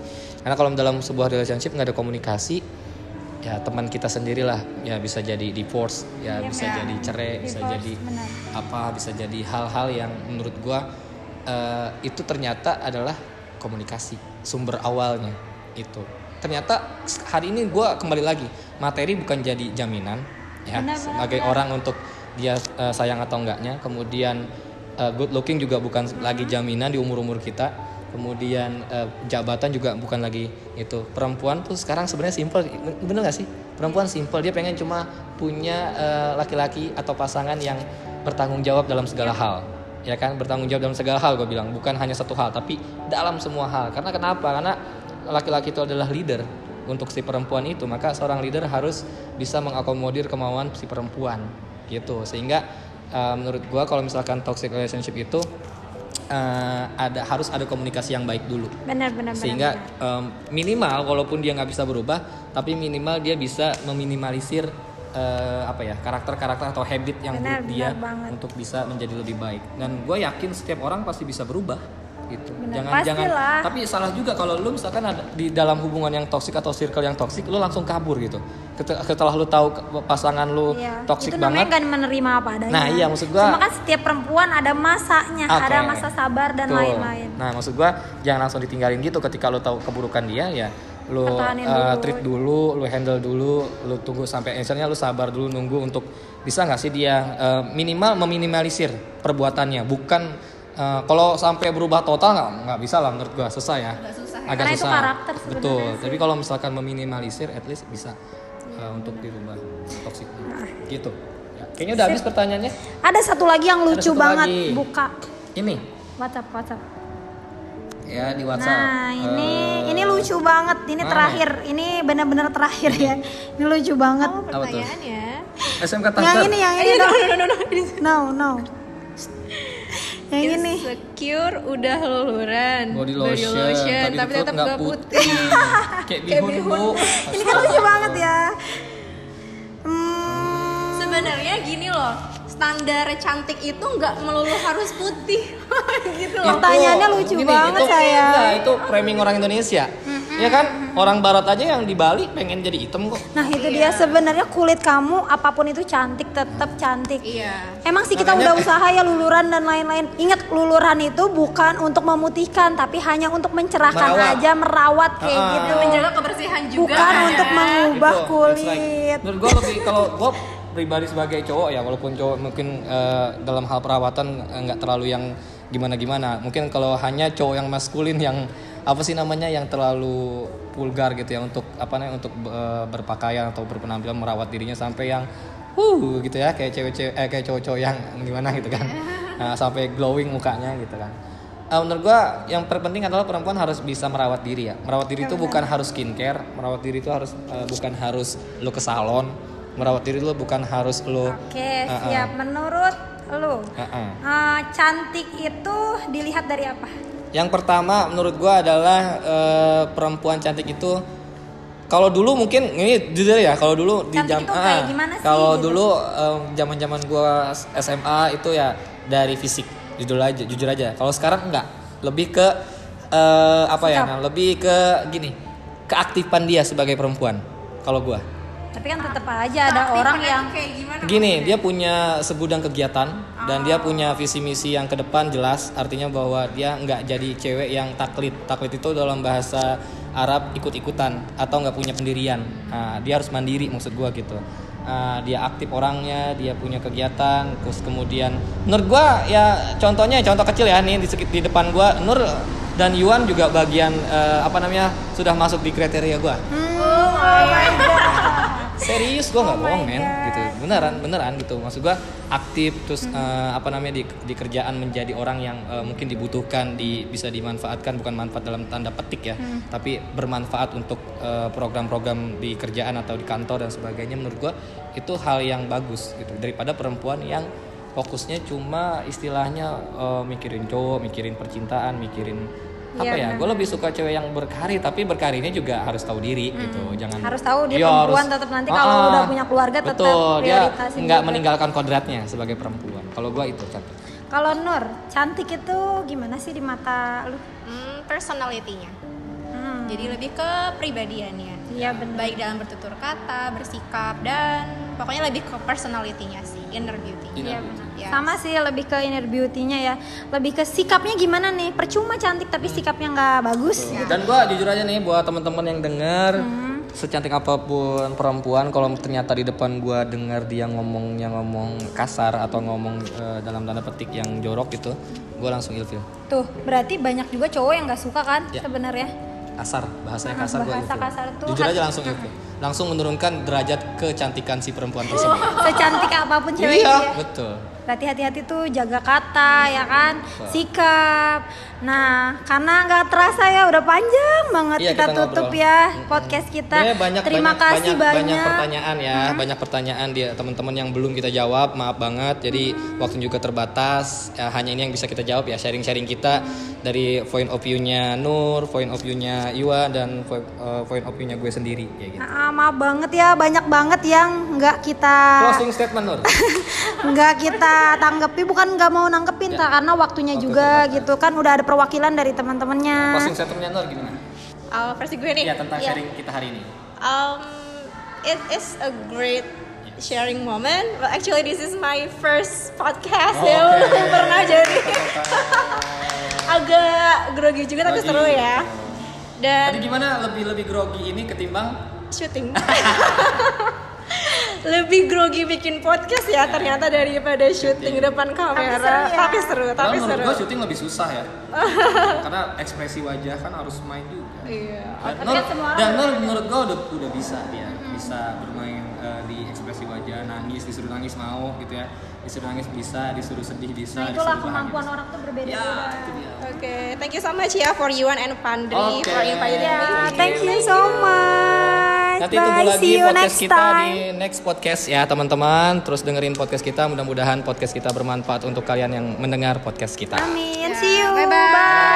Speaker 2: karena kalau dalam sebuah relationship nggak ada komunikasi ya teman kita sendirilah ya bisa jadi divorce ya bisa jadi cerai bisa jadi apa bisa jadi hal-hal yang menurut gua eh, itu ternyata adalah komunikasi sumber awalnya itu ternyata hari ini gua kembali lagi materi bukan jadi jaminan ya sebagai orang untuk dia eh, sayang atau enggaknya kemudian eh, good looking juga bukan lagi jaminan di umur umur kita kemudian eh, jabatan juga bukan lagi itu perempuan tuh sekarang sebenarnya simple bener gak sih perempuan simple dia pengen cuma punya eh, laki-laki atau pasangan yang bertanggung jawab dalam segala hal ya kan bertanggung jawab dalam segala hal gue bilang bukan hanya satu hal tapi dalam semua hal karena kenapa karena laki-laki itu adalah leader untuk si perempuan itu maka seorang leader harus bisa mengakomodir kemauan si perempuan gitu sehingga eh, menurut gua kalau misalkan toxic relationship itu eh, ada harus ada komunikasi yang baik dulu
Speaker 1: Benar benar
Speaker 2: sehingga em, minimal walaupun dia nggak bisa berubah tapi minimal dia bisa meminimalisir eh, apa ya karakter-karakter atau habit yang
Speaker 1: Benar,
Speaker 2: buruk dia
Speaker 1: benar banget.
Speaker 2: untuk bisa menjadi lebih baik dan gue yakin setiap orang pasti bisa berubah gitu
Speaker 1: Benar,
Speaker 2: jangan
Speaker 1: pastilah.
Speaker 2: jangan tapi salah juga kalau lu misalkan ada di dalam hubungan yang toksik atau circle yang toksik lu langsung kabur gitu Ket- setelah lu tahu ke- pasangan lu toksik
Speaker 1: itu
Speaker 2: banget
Speaker 1: namanya kan menerima apa adanya.
Speaker 2: Nah, iya, maksud gua-
Speaker 1: Cuma kan setiap perempuan ada masanya,
Speaker 2: Oke.
Speaker 1: ada masa sabar dan
Speaker 2: Betul.
Speaker 1: lain-lain.
Speaker 2: Nah, maksud gua jangan langsung ditinggalin gitu ketika lo tahu keburukan dia ya lo
Speaker 1: Pertahanin
Speaker 2: uh,
Speaker 1: dulu.
Speaker 2: treat dulu, lo handle dulu, lo tunggu sampai akhirnya lo sabar dulu nunggu untuk bisa nggak sih dia uh, minimal meminimalisir perbuatannya, bukan uh, kalau sampai berubah total nggak nggak bisa lah menurut gua susah ya, agak susah,
Speaker 1: Karena itu karakter sebenarnya
Speaker 2: betul. Tapi kalau misalkan meminimalisir, at least bisa uh, untuk dirubah toksik
Speaker 1: Nah.
Speaker 2: gitu. Ya. Kayaknya udah habis pertanyaannya.
Speaker 1: Ada satu lagi yang
Speaker 2: Ada
Speaker 1: lucu
Speaker 2: satu
Speaker 1: banget,
Speaker 2: lagi.
Speaker 1: buka
Speaker 2: Ini
Speaker 1: WhatsApp WhatsApp.
Speaker 2: ya di WhatsApp.
Speaker 1: Nah, ini
Speaker 2: Uh,
Speaker 1: ini lucu banget. Ini
Speaker 2: mana
Speaker 1: terakhir, ini benar-benar terakhir ya. Ini lucu banget.
Speaker 2: Apa tuh?
Speaker 3: pertanyaannya
Speaker 2: SMK
Speaker 1: yang
Speaker 2: Tangsel.
Speaker 1: Nah, ini, yang ini. No, no, no. Yang Nah, ini.
Speaker 3: insecure udah luluran
Speaker 2: Body lotion, tapi, tetap nggak putih. Kayak
Speaker 3: Kayak
Speaker 2: bihun,
Speaker 3: bihun.
Speaker 2: Bu.
Speaker 1: Ini kan lucu banget ya. Hmm,
Speaker 3: sebenarnya gini loh standar cantik itu nggak melulu harus putih gitu loh
Speaker 1: Pertanyaannya lucu banget,
Speaker 2: itu,
Speaker 1: sayang.
Speaker 2: enggak, itu framing orang Indonesia. Ya kan? Orang barat aja yang di Bali pengen jadi hitam kok.
Speaker 1: Nah itu
Speaker 2: Iya.
Speaker 1: dia sebenarnya kulit kamu apapun itu cantik tetap cantik.
Speaker 3: Iya.
Speaker 1: Emang sih kita udah usaha ya luluran dan lain-lain. Ingat luluran itu bukan untuk memutihkan tapi hanya untuk mencerahkan
Speaker 2: Merawat.
Speaker 1: aja, merawat kayak
Speaker 2: Ah.
Speaker 1: gitu.
Speaker 3: Menjaga kebersihan juga.
Speaker 1: bukan
Speaker 3: ya.
Speaker 1: untuk mengubah
Speaker 2: Gitu, that's
Speaker 1: kulit.
Speaker 2: right. Menurut gue lebih kalau gue pribadi sebagai cowok ya walaupun cowok mungkin eh, dalam hal perawatan eh, nggak terlalu yang gimana-gimana. Mungkin kalau hanya cowok yang maskulin yang apa sih namanya yang terlalu vulgar gitu ya untuk apa namanya untuk eh, berpakaian atau berpenampilan merawat dirinya sampai yang huh gitu ya kayak cewek-cewek eh, kayak cowok-cowok yang gimana gitu kan. Nah, sampai glowing mukanya gitu kan. Eh, menurut gua yang terpenting adalah perempuan harus bisa merawat diri ya. Merawat diri itu bukan harus skincare, merawat diri itu harus eh, bukan harus lo ke salon, merawat diri lo bukan harus lo
Speaker 1: Oke,
Speaker 2: ah.
Speaker 1: siap. Menurut lu,
Speaker 2: Heeh.
Speaker 1: eh, cantik itu dilihat dari apa?
Speaker 2: Yang pertama menurut gua adalah eh, perempuan cantik itu kalau dulu mungkin ini jujur ya kalau dulu di
Speaker 1: Cantik
Speaker 2: jam
Speaker 1: itu kayak
Speaker 2: ah,
Speaker 1: gimana sih,
Speaker 2: kalau
Speaker 1: gitu?
Speaker 2: dulu eh, zaman-zaman gua SMA itu ya dari fisik jujur aja jujur aja kalau sekarang enggak lebih ke eh, apa ya Nah, lebih ke gini keaktifan dia sebagai perempuan kalau gua
Speaker 1: Tapi kan tetap aja ada orang yang
Speaker 3: kayak gimana?
Speaker 2: Gini, dia punya segudang kegiatan dan dia punya visi misi yang ke depan jelas. Artinya bahwa dia nggak jadi cewek yang taklid. Taklid itu dalam bahasa Arab ikut-ikutan atau nggak punya pendirian. Nah, dia harus mandiri maksud gua gitu. Ah, dia aktif orangnya, dia punya kegiatan. Terus kemudian, menurut gua ya contohnya contoh kecil ya nih di sekit- di depan gua Nur dan Yuan juga bagian eh, apa namanya sudah masuk di kriteria gua serius gue nggak bohong men gitu beneran beneran gitu maksud gue aktif terus eh, apa namanya di, di kerjaan menjadi orang yang eh, mungkin dibutuhkan di bisa dimanfaatkan bukan manfaat dalam tanda petik ya tapi bermanfaat untuk eh, program-program di kerjaan atau di kantor dan sebagainya menurut gue itu hal yang bagus gitu daripada perempuan yang fokusnya cuma istilahnya eh, mikirin cowok mikirin percintaan mikirin apa ya gue lebih suka cewek yang berkarir tapi berkarirnya juga harus tahu diri gitu jangan
Speaker 1: Harus tahu dia
Speaker 2: Iya,
Speaker 1: perempuan tetap nanti kalau
Speaker 2: Ah,
Speaker 1: udah punya keluarga tetap
Speaker 2: betul, dia
Speaker 1: prioritasin
Speaker 2: nggak
Speaker 1: juga.
Speaker 2: meninggalkan kodratnya sebagai perempuan kalau gua itu cantik
Speaker 1: kalau Nur, cantik itu gimana sih di mata lu?
Speaker 3: Hmm, personalitinya.
Speaker 1: Hmm,
Speaker 3: Jadi lebih ke pribadiannya.
Speaker 1: Iya benar.
Speaker 3: Baik dalam bertutur kata, bersikap dan pokoknya lebih ke personalitinya sih, inner beauty.
Speaker 1: Iya
Speaker 2: Inner
Speaker 1: benar.
Speaker 3: Yes.
Speaker 1: Sama sih lebih ke inner beauty-nya ya. Lebih ke sikapnya gimana nih? Percuma cantik tapi
Speaker 2: Hmm.
Speaker 1: sikapnya nggak bagus.
Speaker 2: dan gua jujur aja nih buat teman-teman yang dengar
Speaker 1: Hmm.
Speaker 2: secantik apapun perempuan kalau ternyata di depan gua dengar dia ngomongnya ngomong kasar atau ngomong eh, dalam tanda petik yang jorok gitu gua langsung ilfil
Speaker 1: Tuh, berarti banyak juga cowok yang nggak suka kan
Speaker 2: Ya.
Speaker 1: sebenarnya.
Speaker 2: kasar bahasanya kasar gua
Speaker 1: Ah, bahasa
Speaker 2: ilfil.
Speaker 1: kasar tuh Hmm.
Speaker 2: jujur
Speaker 1: hat-
Speaker 2: aja langsung ilfil langsung menurunkan derajat kecantikan si perempuan
Speaker 1: Oh,
Speaker 2: tersebut
Speaker 1: Secantik apapun cewek dia.
Speaker 2: iya betul
Speaker 1: Berarti hati-hati tuh jaga kata ya kan, sikap. Nah, karena nggak terasa ya udah panjang banget
Speaker 2: Iya,
Speaker 1: kita,
Speaker 2: kita
Speaker 1: tutup
Speaker 2: ngobrol.
Speaker 1: ya podcast kita.
Speaker 2: Sebenarnya banyak,
Speaker 1: Terima
Speaker 2: banyak,
Speaker 1: kasih
Speaker 2: banyak,
Speaker 1: banyak.
Speaker 2: pertanyaan ya, banyak pertanyaan dia teman-teman yang belum kita jawab, maaf banget. Jadi waktu juga terbatas, ya, hanya ini yang bisa kita jawab ya sharing-sharing kita dari point of view-nya Nur, point of view-nya Iwa dan point, eh, point of view-nya gue sendiri kayak gitu.
Speaker 1: Nah, maaf banget ya, banyak banget yang nggak kita
Speaker 2: Closing statement Nur.
Speaker 1: nggak kita tanggepi bukan nggak mau nanggepin
Speaker 2: Ya.
Speaker 1: Kak, karena waktunya
Speaker 2: Waktu
Speaker 1: juga gitu kan udah ada perwakilan dari teman-temannya
Speaker 2: Closing statement-nya Nur gimana?
Speaker 3: Uh, versi gue nih.
Speaker 2: Iya, tentang sharing kita hari ini.
Speaker 3: Um, it is a great sharing moment. Well, actually this is my first podcast ya.
Speaker 2: Oh,
Speaker 3: yang
Speaker 2: oke.
Speaker 3: pernah jadi. Agak grogi juga tapi
Speaker 2: Grogi.
Speaker 3: seru ya. Dan
Speaker 2: Tadi gimana lebih lebih grogi ini ketimbang
Speaker 3: syuting. Lebih grogi bikin podcast ya ternyata daripada syuting depan kamera. Tapi seru, tapi
Speaker 2: Padahal
Speaker 3: seru.
Speaker 2: menurut gue syuting lebih susah ya karena ekspresi wajah kan harus main juga
Speaker 3: Iya.
Speaker 2: dan Nur, dan Nur menurut gue udah udah bisa dia bisa bermain eh, di ekspresi wajah nangis disuruh nangis mau gitu ya disuruh nangis bisa disuruh sedih bisa
Speaker 1: nah itulah
Speaker 2: disuruh bahagia
Speaker 1: kemampuan
Speaker 2: bisa.
Speaker 1: orang tuh berbeda
Speaker 2: ya itu dia
Speaker 3: Oke, thank you so much ya for Yuan and Pandri
Speaker 2: Oke.
Speaker 3: for inviting
Speaker 2: Ya,
Speaker 3: me.
Speaker 1: thank you so much
Speaker 2: Nanti tunggu
Speaker 1: bye
Speaker 2: lagi
Speaker 1: see you
Speaker 2: podcast
Speaker 1: next
Speaker 2: kita di
Speaker 1: time
Speaker 2: next podcast ya teman-teman. Terus dengerin podcast kita. Mudah-mudahan podcast kita bermanfaat untuk kalian yang mendengar podcast kita.
Speaker 1: amin see you
Speaker 3: Bye-bye.